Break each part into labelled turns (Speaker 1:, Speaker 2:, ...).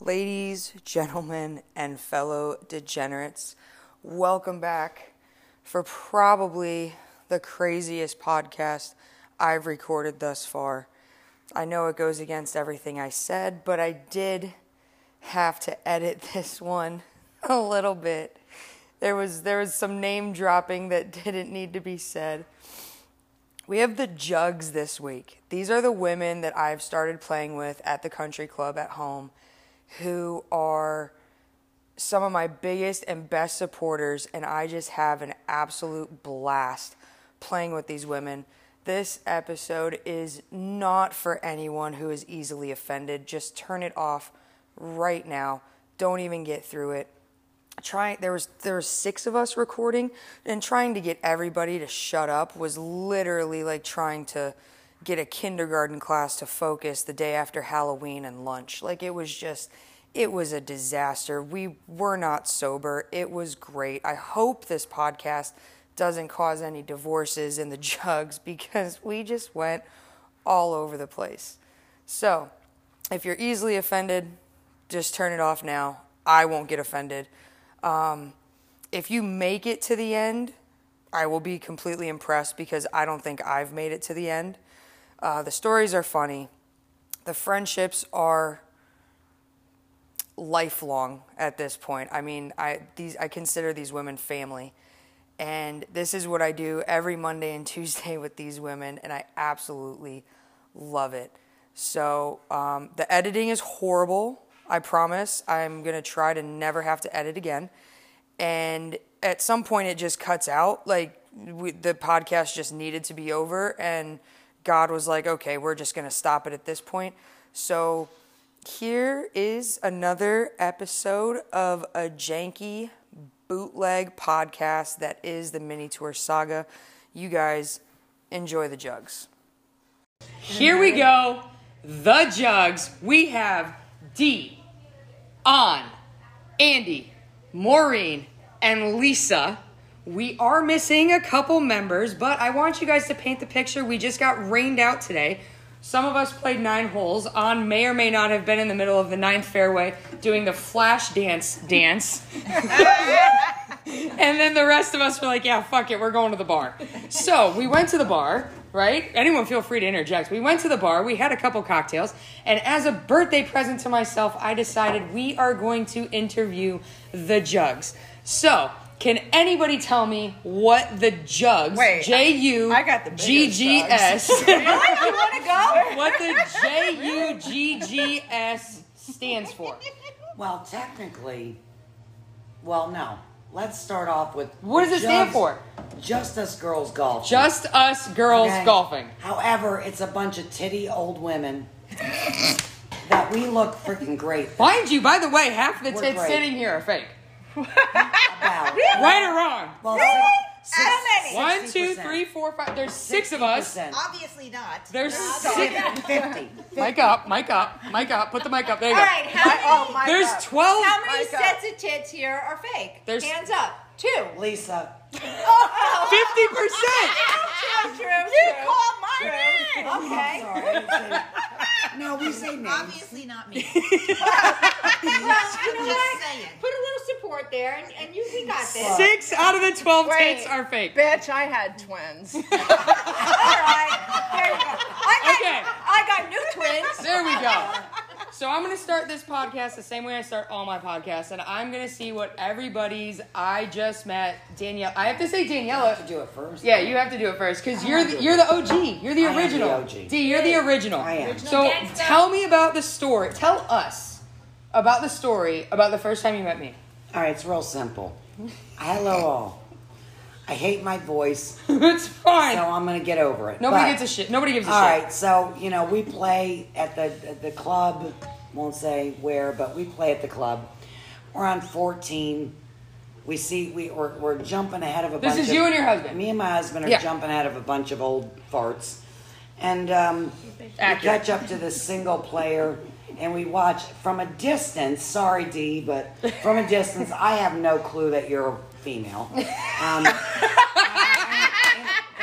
Speaker 1: Ladies, gentlemen, and fellow degenerates, welcome back for probably the craziest podcast I've recorded thus far. I know it goes against everything I said, but I did have to edit this one a little bit. There was there was some name dropping that didn't need to be said. We have the jugs this week. These are the women that I've started playing with at the country club at home who are some of my biggest and best supporters, and I just have an absolute blast playing with these women. This episode is not for anyone who is easily offended. Just turn it off right now. Don't even get through it. Trying there was there was six of us recording, and trying to get everybody to shut up was literally like trying to get a kindergarten class to focus the day after Halloween and lunch. Like it was just it was a disaster. We were not sober. It was great. I hope this podcast doesn't cause any divorces in the jugs because we just went all over the place. So, if you're easily offended, just turn it off now. I won't get offended. Um, if you make it to the end, I will be completely impressed because I don't think I've made it to the end. Uh, the stories are funny. The friendships are lifelong at this point. I mean, I these I consider these women family. And this is what I do every Monday and Tuesday with these women, and I absolutely love it. So um, the editing is horrible. I promise. I'm gonna try to never have to edit again. And at some point, it just cuts out. Like we, the podcast just needed to be over, and God was like, "Okay, we're just gonna stop it at this point." So here is another episode of a janky bootleg podcast that is the mini tour saga. You guys enjoy the jugs.
Speaker 2: Here we go. The jugs. We have D, On, Andy, Maureen, and Lisa. We are missing a couple members, but I want you guys to paint the picture. We just got rained out today. Some of us played nine holes. On may or may not have been in the middle of the ninth fairway doing the flash dance dance. and then the rest of us were like, yeah, fuck it, we're going to the bar. So we went to the bar, right? Anyone feel free to interject. We went to the bar, we had a couple cocktails, and as a birthday present to myself, I decided we are going to interview the jugs. So, can anybody tell me what the jugs,
Speaker 3: Wait,
Speaker 2: J U
Speaker 3: I got the biggest
Speaker 2: G G S,
Speaker 3: you want to go?
Speaker 2: what the J U G G S stands for?
Speaker 4: Well, technically, well, no. Let's start off with
Speaker 2: What does it stand
Speaker 4: just-
Speaker 2: for?
Speaker 4: Just us girls golf.
Speaker 2: Just us girls golfing.
Speaker 4: However, it's a bunch of titty old women that we look freaking great
Speaker 2: Mind you, by the way, half the
Speaker 4: We're
Speaker 2: tits
Speaker 4: great.
Speaker 2: sitting here are fake.
Speaker 4: about.
Speaker 2: Right or wrong?
Speaker 4: Well,
Speaker 3: How many?
Speaker 2: One, two, three, four, five. There's six of us. Oh,
Speaker 5: Obviously not.
Speaker 2: There's six.
Speaker 4: 50, 50.
Speaker 2: Mic up, mic up, mic up. Put the mic up. There you
Speaker 5: All
Speaker 2: go.
Speaker 5: right, how many,
Speaker 2: There's 12.
Speaker 5: how many
Speaker 3: Mike up.
Speaker 5: sets of tits here are fake?
Speaker 2: There's-
Speaker 5: Hands up. Two.
Speaker 4: Lisa,
Speaker 5: Oh,
Speaker 2: 50%.
Speaker 5: true, true, You call my name.
Speaker 4: I'm
Speaker 5: Okay.
Speaker 4: sorry. I didn't say that. No, we say names.
Speaker 5: Obviously not me. well, you know what? Put a little support there, and, and you we got this.
Speaker 2: Six out of the 12
Speaker 3: Wait.
Speaker 2: tits are fake.
Speaker 3: Bitch, I had twins.
Speaker 5: All right. There you go. I got,
Speaker 2: Okay.
Speaker 5: I got new twins.
Speaker 2: There we go. So I'm gonna start this podcast the same way I start all my podcasts, and I'm gonna see what everybody's I just met Danielle. I have to say Daniela.
Speaker 4: To do it first.
Speaker 2: Yeah, you have to do it first because you're the, you're the OG. You're the
Speaker 4: I am the
Speaker 2: original.
Speaker 4: OG.
Speaker 2: D, you're the original.
Speaker 4: I am. Original
Speaker 2: So
Speaker 5: gangsta.
Speaker 2: tell me about the story. Tell us about the story about the first time you met me.
Speaker 4: All right, it's real simple. Hello, all. I hate my voice,
Speaker 2: it's fine.
Speaker 4: so I'm going to get over it.
Speaker 2: Nobody
Speaker 4: But-
Speaker 2: gets a shit. Nobody gives a
Speaker 4: All
Speaker 2: shit.
Speaker 4: right, so you know we play at the at the club. Won't say where, but we play at the club. We're on fourteen. We see we we're, we're jumping ahead of a.
Speaker 2: This
Speaker 4: bunch
Speaker 2: is
Speaker 4: of-
Speaker 2: you and your husband.
Speaker 4: Me and my husband are
Speaker 2: Yeah.
Speaker 4: jumping ahead of a bunch of old farts, and um, we
Speaker 2: Accurate.
Speaker 4: catch up to this single player, and we watch from a distance. Sorry, D, but from a distance, I have no clue that you're female. Um, in,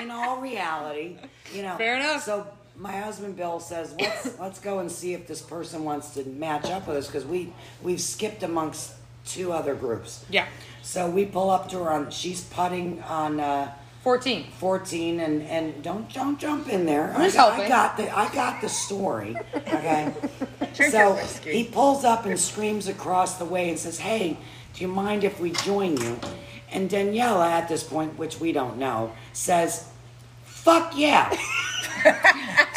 Speaker 4: in all reality, you know.
Speaker 2: Fair enough.
Speaker 4: So my husband Bill says, let's let's go and see if this person wants to match up with us because we we've skipped amongst two other groups.
Speaker 2: Yeah.
Speaker 4: So we pull up to her on. She's putting on. Uh,
Speaker 2: 14.
Speaker 4: 14 and and don't don't jump in there. I
Speaker 2: just
Speaker 4: got, I
Speaker 2: helping.
Speaker 4: got the I got the story. Okay. so he pulls up and screams across the way and says, "Hey, do you mind if we join you?" And Daniela, at this point, which we don't know, says, "Fuck yeah."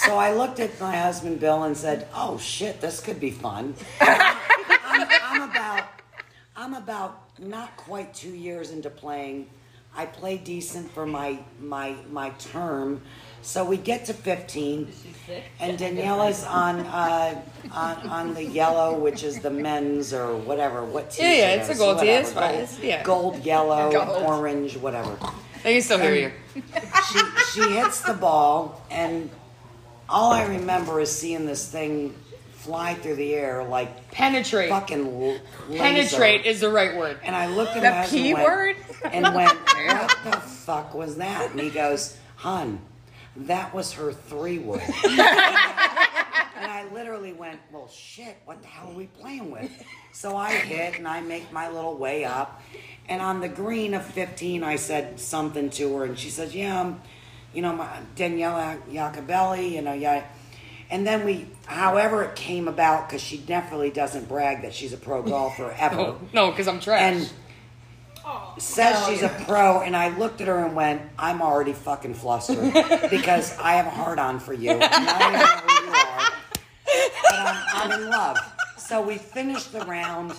Speaker 4: so I looked at my husband Bill and said, "Oh shit, this could be fun." I'm, I'm about I'm about not quite two years into playing. I play decent for my my my term, so we get to fifteen, and Daniela's on uh, on on the yellow, which is the men's or whatever. What tee?
Speaker 2: Yeah, yeah,
Speaker 4: it
Speaker 2: it's a
Speaker 4: is,
Speaker 2: gold tee,
Speaker 4: whatever,
Speaker 2: it's fine,
Speaker 4: gold-
Speaker 2: it's- yeah.
Speaker 4: gold, yellow,
Speaker 3: Gold.
Speaker 4: orange, whatever
Speaker 2: They can still hear you.
Speaker 4: she she hits the ball and all I remember is seeing this thing fly through the air like
Speaker 2: Penetrate.
Speaker 4: fucking l- laser.
Speaker 2: Penetrate is the right word.
Speaker 4: and I looked at
Speaker 3: The
Speaker 4: my husband
Speaker 3: P
Speaker 4: and went-
Speaker 3: word?
Speaker 4: and went, "What the fuck was that?" And he goes, "Hun, that was her three wood." and I literally went, "Well, shit, what the hell are we playing with?" So I hit and I make my little way up, and on the green of fifteen, I said something to her, and she says, "Yeah, I'm, you know, my Daniela Iacobelli, you know, yeah." And then we, however it came about, because she definitely doesn't brag that she's a pro golfer ever.
Speaker 2: Oh, no, because I'm trash.
Speaker 4: And says
Speaker 5: Oh,
Speaker 4: she's a pro, and I looked at her and went, I'm already fucking flustered because I have a hard on for you. And I don't even know who you are, but I'm, I'm in love. So we finish the round,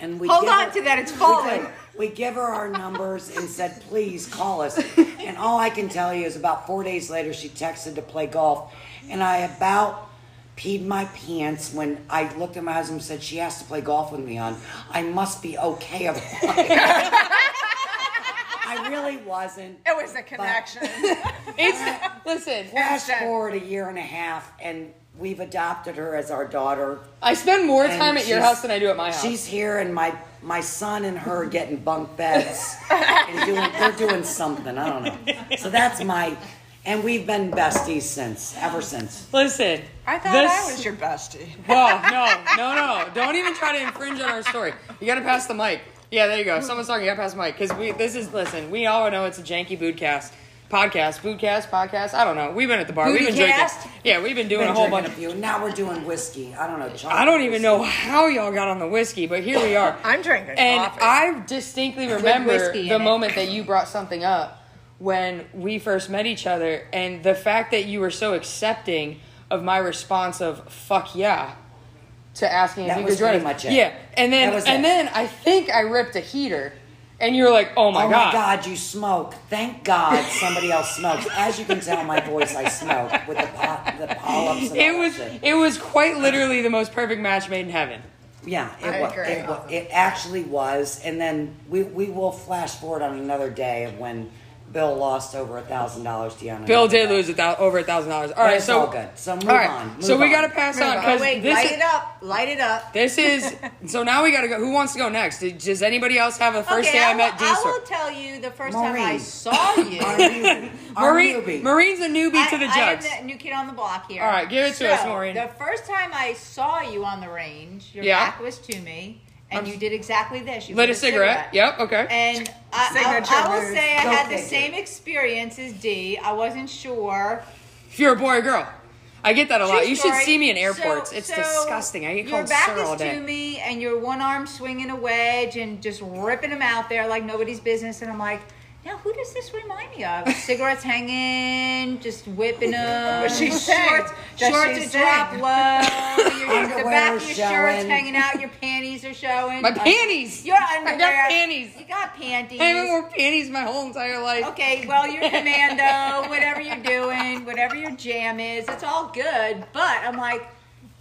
Speaker 4: and we
Speaker 5: Hold
Speaker 4: give
Speaker 5: on
Speaker 4: her-
Speaker 5: to that, it's
Speaker 4: we
Speaker 5: falling.
Speaker 4: give- We give her our numbers and said, please call us. And all I can tell you is about four days later, she texted to play golf. And I about peed my pants when I looked at my husband and said, she has to play golf with me on. I must be okay about it. I really wasn't.
Speaker 3: It was a connection.
Speaker 2: it's listen.
Speaker 4: Flash
Speaker 3: Hashtag.
Speaker 4: forward a year and a half, and we've adopted her as our daughter.
Speaker 2: I spend more
Speaker 4: And
Speaker 2: time at your
Speaker 4: she's-
Speaker 2: house than I do at my house.
Speaker 4: She's here, and my my son and her getting bunk beds and doing they're doing something. I don't know. So that's my, and we've been besties since ever since.
Speaker 2: listen.
Speaker 3: I thought
Speaker 2: this,
Speaker 3: I was your bestie.
Speaker 2: Well, no, no, no. Don't even try to infringe on our story. You gotta pass the mic. Yeah, there you go. Someone's talking. You gotta pass the mic because we. This is listen. We all know it's a janky bootcast, podcast, bootcast, podcast. I don't know. We've been at the bar. We've been
Speaker 5: Bootcast?
Speaker 2: drinking. Yeah, we've been doing
Speaker 4: Been
Speaker 2: a whole
Speaker 4: drinking
Speaker 2: bunch.
Speaker 4: a few. Now we're doing whiskey. I don't know. Chocolate
Speaker 2: I don't even
Speaker 4: whiskey.
Speaker 2: know how y'all got on the whiskey, but here we are.
Speaker 3: I'm drinking
Speaker 2: And
Speaker 3: coffee.
Speaker 2: I distinctly remember
Speaker 5: whiskey
Speaker 2: the
Speaker 5: in it.
Speaker 2: moment that you brought something up when we first met each other, and the fact that you were so accepting of my response of "fuck yeah" to asking
Speaker 4: That
Speaker 2: if you
Speaker 4: was
Speaker 2: could join
Speaker 4: pretty
Speaker 2: us.
Speaker 4: much it.
Speaker 2: Yeah, and then
Speaker 4: That was
Speaker 2: and
Speaker 4: it.
Speaker 2: then I think I ripped a heater, and you were like, "Oh my
Speaker 4: oh
Speaker 2: god!"
Speaker 4: my God, you smoke. Thank God somebody else smokes. As you can tell, my voice, I smoke with the, po- the polyps and all
Speaker 2: It
Speaker 4: that
Speaker 2: was
Speaker 4: shit.
Speaker 2: it was quite literally the most perfect match made in heaven.
Speaker 4: Oh Yeah, it,
Speaker 3: I
Speaker 4: wa-
Speaker 3: agree.
Speaker 4: it, wa- it actually was. And then we, we will flash forward on another day of when Bill lost over a thousand dollars to Yana.
Speaker 2: Bill did lose a thou- over a thousand dollars. All
Speaker 4: But
Speaker 2: right,
Speaker 4: it's
Speaker 2: so
Speaker 4: all good. So move
Speaker 2: all right,
Speaker 4: on,
Speaker 2: so
Speaker 4: move
Speaker 2: we
Speaker 4: on.
Speaker 2: got to pass on
Speaker 5: Oh,
Speaker 2: because
Speaker 5: wait,
Speaker 2: this
Speaker 5: light
Speaker 2: is,
Speaker 5: it up. Light it up.
Speaker 2: This is so now we gotta go. Who wants to go next? Did- Does anybody else have a first
Speaker 5: okay,
Speaker 2: day I,
Speaker 5: will-
Speaker 2: met D
Speaker 5: I
Speaker 2: store?
Speaker 5: will tell you the first time I
Speaker 4: Maureen.
Speaker 5: saw you.
Speaker 4: Our newbie. Our
Speaker 2: Maureen,
Speaker 4: newbie.
Speaker 2: Maureen's a newbie to the
Speaker 5: I, I am
Speaker 2: jugs.
Speaker 5: the new kid on the block here.
Speaker 2: All right, give it to
Speaker 5: So,
Speaker 2: us, Maureen.
Speaker 5: The first time I saw you on the range, your
Speaker 2: Yeah.
Speaker 5: back was to me, and you did exactly this. You
Speaker 2: Lit
Speaker 5: lit
Speaker 2: a cigarette. Yep. Okay.
Speaker 5: And I,
Speaker 3: Signature
Speaker 5: I, I will
Speaker 3: move.
Speaker 5: say I
Speaker 4: Go
Speaker 5: had the
Speaker 4: figure.
Speaker 5: same experience as D. I wasn't sure.
Speaker 2: If you're a boy or girl, I get that a lot.
Speaker 5: True
Speaker 2: You should
Speaker 5: story.
Speaker 2: see me in
Speaker 5: So-
Speaker 2: airports. it's
Speaker 5: so
Speaker 2: disgusting. I get
Speaker 5: your
Speaker 2: called
Speaker 5: back
Speaker 2: sir
Speaker 5: is
Speaker 2: all day.
Speaker 5: to me, and your one arm swinging a wedge and just ripping them out there like nobody's business. And I'm like, now who does this remind me of? Cigarettes hanging, just whipping them.
Speaker 3: Does she sing?
Speaker 5: shorts,
Speaker 3: Does
Speaker 5: shorts
Speaker 3: she
Speaker 5: that drop
Speaker 3: sing?
Speaker 5: low. Your, the back of
Speaker 4: Underwear's
Speaker 5: your shirts
Speaker 4: showing.
Speaker 5: hanging out. Your panties are showing.
Speaker 2: My panties.
Speaker 5: Your
Speaker 2: I
Speaker 5: underwear.
Speaker 2: got panties.
Speaker 5: You got panties.
Speaker 2: I haven't worn panties my whole entire life.
Speaker 5: Okay, well, you're commando, whatever you're doing, whatever your jam is, it's all good. But I'm like,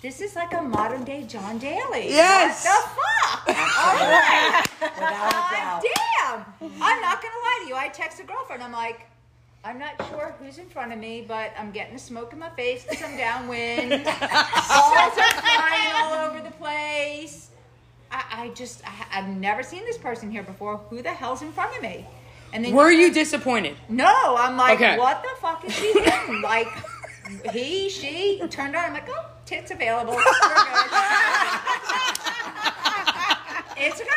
Speaker 5: this is like a modern day John Daly.
Speaker 2: Yes.
Speaker 5: What the fuck?
Speaker 4: Without a doubt.
Speaker 5: Damn. I'm not going to lie to you. I text a girlfriend. I'm like, I'm not sure who's in front of me, but I'm getting the smoke in my face because I'm downwind. Balls are flying all over the place. I, I just, I, I've never seen this person here before. Who the hell's in front of me? And then
Speaker 2: Were you disappointed?
Speaker 5: no, I'm like,
Speaker 2: Okay.
Speaker 5: what the fuck is she doing? like, he, she turned on. I'm like, oh, tits available. We're good." it's a girl.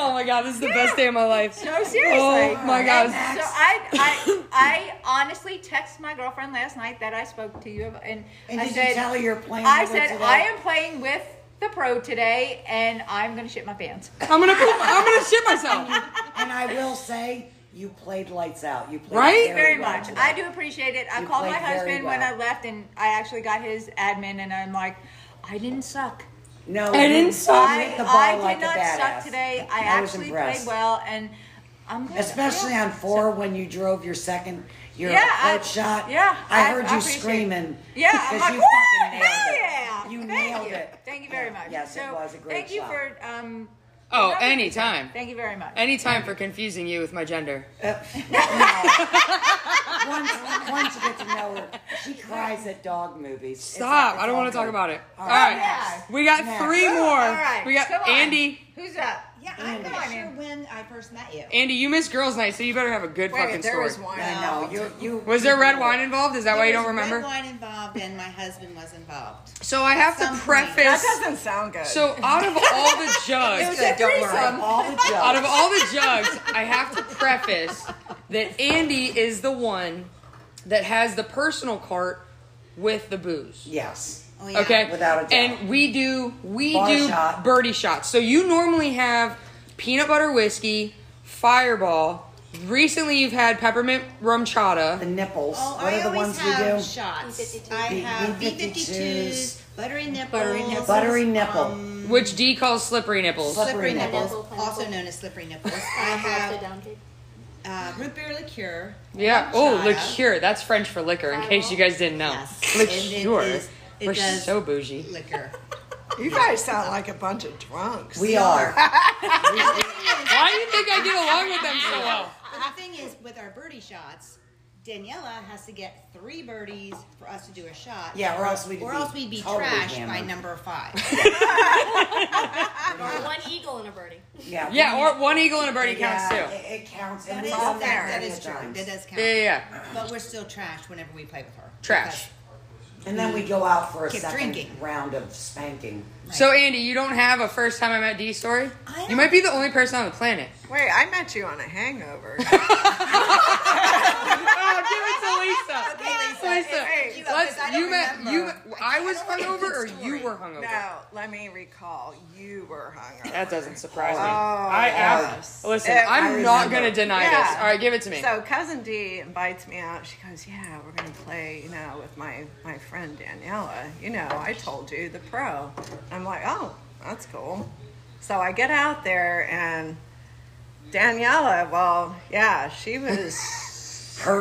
Speaker 2: Oh my god, this is the best day of my life.
Speaker 5: No, seriously.
Speaker 2: Oh my God.
Speaker 5: And So I, I, I honestly texted my girlfriend last night that I spoke to you, about, and,
Speaker 4: And
Speaker 5: I
Speaker 4: did you
Speaker 5: said,
Speaker 4: tell her you're playing
Speaker 5: I
Speaker 4: with her
Speaker 5: said
Speaker 4: today?
Speaker 5: I am playing with the pro today, and I'm gonna shit my pants.
Speaker 2: I'm gonna poop. I'm gonna shit myself.
Speaker 4: And I will say, you played lights out. You played
Speaker 2: Right?
Speaker 5: very,
Speaker 4: well
Speaker 5: much.
Speaker 4: today.
Speaker 5: I do appreciate it. I
Speaker 4: You
Speaker 5: called my
Speaker 4: played very
Speaker 5: husband when
Speaker 4: well.
Speaker 5: I left, and I actually got his admin, and I'm like, I didn't suck.
Speaker 4: No,
Speaker 2: I
Speaker 4: you
Speaker 2: didn't suck.
Speaker 5: I,
Speaker 4: hit the ball
Speaker 5: I did
Speaker 4: like a
Speaker 5: not
Speaker 4: badass.
Speaker 5: suck today. I,
Speaker 4: was
Speaker 5: actually played
Speaker 4: impressed.
Speaker 5: well, and I'm good.
Speaker 4: Especially
Speaker 5: Yeah.
Speaker 4: on four when you drove your second, your
Speaker 5: Yeah, I-
Speaker 4: approach shot.
Speaker 5: yeah,
Speaker 4: I,
Speaker 5: I-
Speaker 4: heard
Speaker 5: I
Speaker 4: you
Speaker 5: appreciate-
Speaker 4: screaming.
Speaker 5: Yeah, I'm
Speaker 4: because
Speaker 5: like,
Speaker 4: you
Speaker 5: "Woo,
Speaker 4: fucking nailed
Speaker 5: hell
Speaker 4: it.
Speaker 5: yeah!"
Speaker 4: You
Speaker 5: Thank
Speaker 4: nailed
Speaker 5: you.
Speaker 4: it.
Speaker 5: Thank you very much.
Speaker 4: Yes,
Speaker 5: So,
Speaker 4: it was a great
Speaker 5: Thank you
Speaker 4: shot.
Speaker 5: for um.
Speaker 2: Oh,
Speaker 5: another
Speaker 2: anytime.
Speaker 5: concern. Thank you very much.
Speaker 2: Anytime for confusing you with my gender.
Speaker 4: once, once you get to know her, she cries at dog movies. It's-
Speaker 2: Stop.
Speaker 4: it's
Speaker 2: I don't
Speaker 4: all
Speaker 2: want to talk
Speaker 4: good.
Speaker 2: about it. All
Speaker 4: right.
Speaker 2: right.
Speaker 5: Yeah.
Speaker 2: We got
Speaker 4: Next.
Speaker 2: three more.
Speaker 5: All right.
Speaker 2: We got
Speaker 5: Come on.
Speaker 2: Andy.
Speaker 5: Who's up?
Speaker 6: Yeah, I'm
Speaker 4: Mm.
Speaker 5: Come
Speaker 6: not
Speaker 5: on
Speaker 6: sure
Speaker 5: in.
Speaker 6: when I first met you.
Speaker 2: Andy, you missed girls' night, so you better have a good
Speaker 3: Wait a
Speaker 2: fucking
Speaker 3: minute, there
Speaker 2: story.
Speaker 3: was one.
Speaker 4: I know you. You
Speaker 2: Was there red wine involved? Is that why you
Speaker 6: There
Speaker 2: don't
Speaker 6: was
Speaker 2: remember?
Speaker 6: Red wine involved, and my husband was involved.
Speaker 2: So I have
Speaker 6: Some
Speaker 2: to
Speaker 6: point.
Speaker 3: That
Speaker 2: preface.
Speaker 3: doesn't sound good.
Speaker 2: So out of all the jugs,
Speaker 3: Good, don't worry.
Speaker 4: All the jokes.
Speaker 2: out of all the jugs, I have to preface that Andy is the one that has the personal cart with the booze.
Speaker 4: yes.
Speaker 6: Oh, yeah.
Speaker 2: Okay,
Speaker 4: Without a doubt.
Speaker 2: And we do we
Speaker 4: Bar
Speaker 2: do
Speaker 4: shot.
Speaker 2: birdie shots. So you normally have peanut butter whiskey, Fireball. Recently, you've had peppermint rum
Speaker 4: The
Speaker 2: chata.
Speaker 4: nipples.
Speaker 6: Oh,
Speaker 4: what
Speaker 6: I
Speaker 4: are the
Speaker 6: always
Speaker 4: ones we
Speaker 6: have
Speaker 4: do?
Speaker 6: shots. I have
Speaker 4: B-52s,
Speaker 6: B52s, buttery nipples,
Speaker 4: nipple. Buttery nipple.
Speaker 6: um,
Speaker 2: Which D calls slippery nipples.
Speaker 4: Slippery
Speaker 6: slippery nipples,
Speaker 7: nipple.
Speaker 6: also known as slippery nipples. I have uh, root beer liqueur.
Speaker 2: Yeah.
Speaker 6: rum
Speaker 2: Oh,
Speaker 6: chata.
Speaker 2: liqueur. That's French for liquor. In case you guys didn't know,
Speaker 6: Yes. And it
Speaker 2: liqueur.
Speaker 6: is- it
Speaker 2: We're
Speaker 6: does-
Speaker 2: so bougie.
Speaker 6: Liquor.
Speaker 3: you guys sound like a bunch of drunks.
Speaker 4: We are.
Speaker 2: Why do you think I get along with them so well?
Speaker 6: But the thing is, with our birdie shots, Daniela has to get three birdies for us to do a shot.
Speaker 4: Yeah, or else we'd
Speaker 6: or
Speaker 4: be
Speaker 6: else we'd be
Speaker 4: totally
Speaker 6: trashed by
Speaker 4: hammered.
Speaker 6: number five.
Speaker 7: Or one eagle and a birdie.
Speaker 4: Yeah.
Speaker 2: Yeah.
Speaker 4: we-
Speaker 2: Or one eagle and a birdie
Speaker 4: yeah,
Speaker 2: counts too.
Speaker 4: It, it counts.
Speaker 6: That
Speaker 4: and
Speaker 6: is,
Speaker 4: we've done
Speaker 6: that,
Speaker 4: that
Speaker 6: that
Speaker 4: many
Speaker 6: is true.
Speaker 4: times.
Speaker 6: That does count.
Speaker 2: Yeah, yeah, yeah.
Speaker 6: But we're still trashed whenever we play with her.
Speaker 2: Trash.
Speaker 4: And then we go out for a
Speaker 6: Keep
Speaker 4: second
Speaker 6: drinking.
Speaker 4: round of spanking.
Speaker 2: So Andy, you don't have a first time I met D story.
Speaker 6: I
Speaker 2: You
Speaker 6: don't-
Speaker 2: might be the only person on the planet.
Speaker 3: Wait, I met you on a hangover.
Speaker 2: Oh, give it to Lisa.
Speaker 6: Okay, Lisa,
Speaker 2: Lisa,
Speaker 6: it's you up, 'cause
Speaker 2: let's-
Speaker 6: I don't
Speaker 2: you met
Speaker 6: remember.
Speaker 2: you. met- I was
Speaker 6: don't remember
Speaker 2: hungover, or
Speaker 6: the
Speaker 2: you
Speaker 6: story.
Speaker 2: were hungover.
Speaker 3: no, let me recall. You were hungover.
Speaker 2: That doesn't surprise me.
Speaker 3: Oh,
Speaker 2: I
Speaker 3: yes.
Speaker 2: ab- listen.
Speaker 3: Yeah, I
Speaker 2: I'm not
Speaker 4: remember.
Speaker 2: gonna deny this. All right, give it to me.
Speaker 3: So cousin D invites me out. She goes, "Yeah, we're gonna play, you know, with my my friend Daniela. You know, I told you the pro." I'm like, "Oh, that's cool." So I get out there and Daniela. Well, yeah, she was
Speaker 4: Her,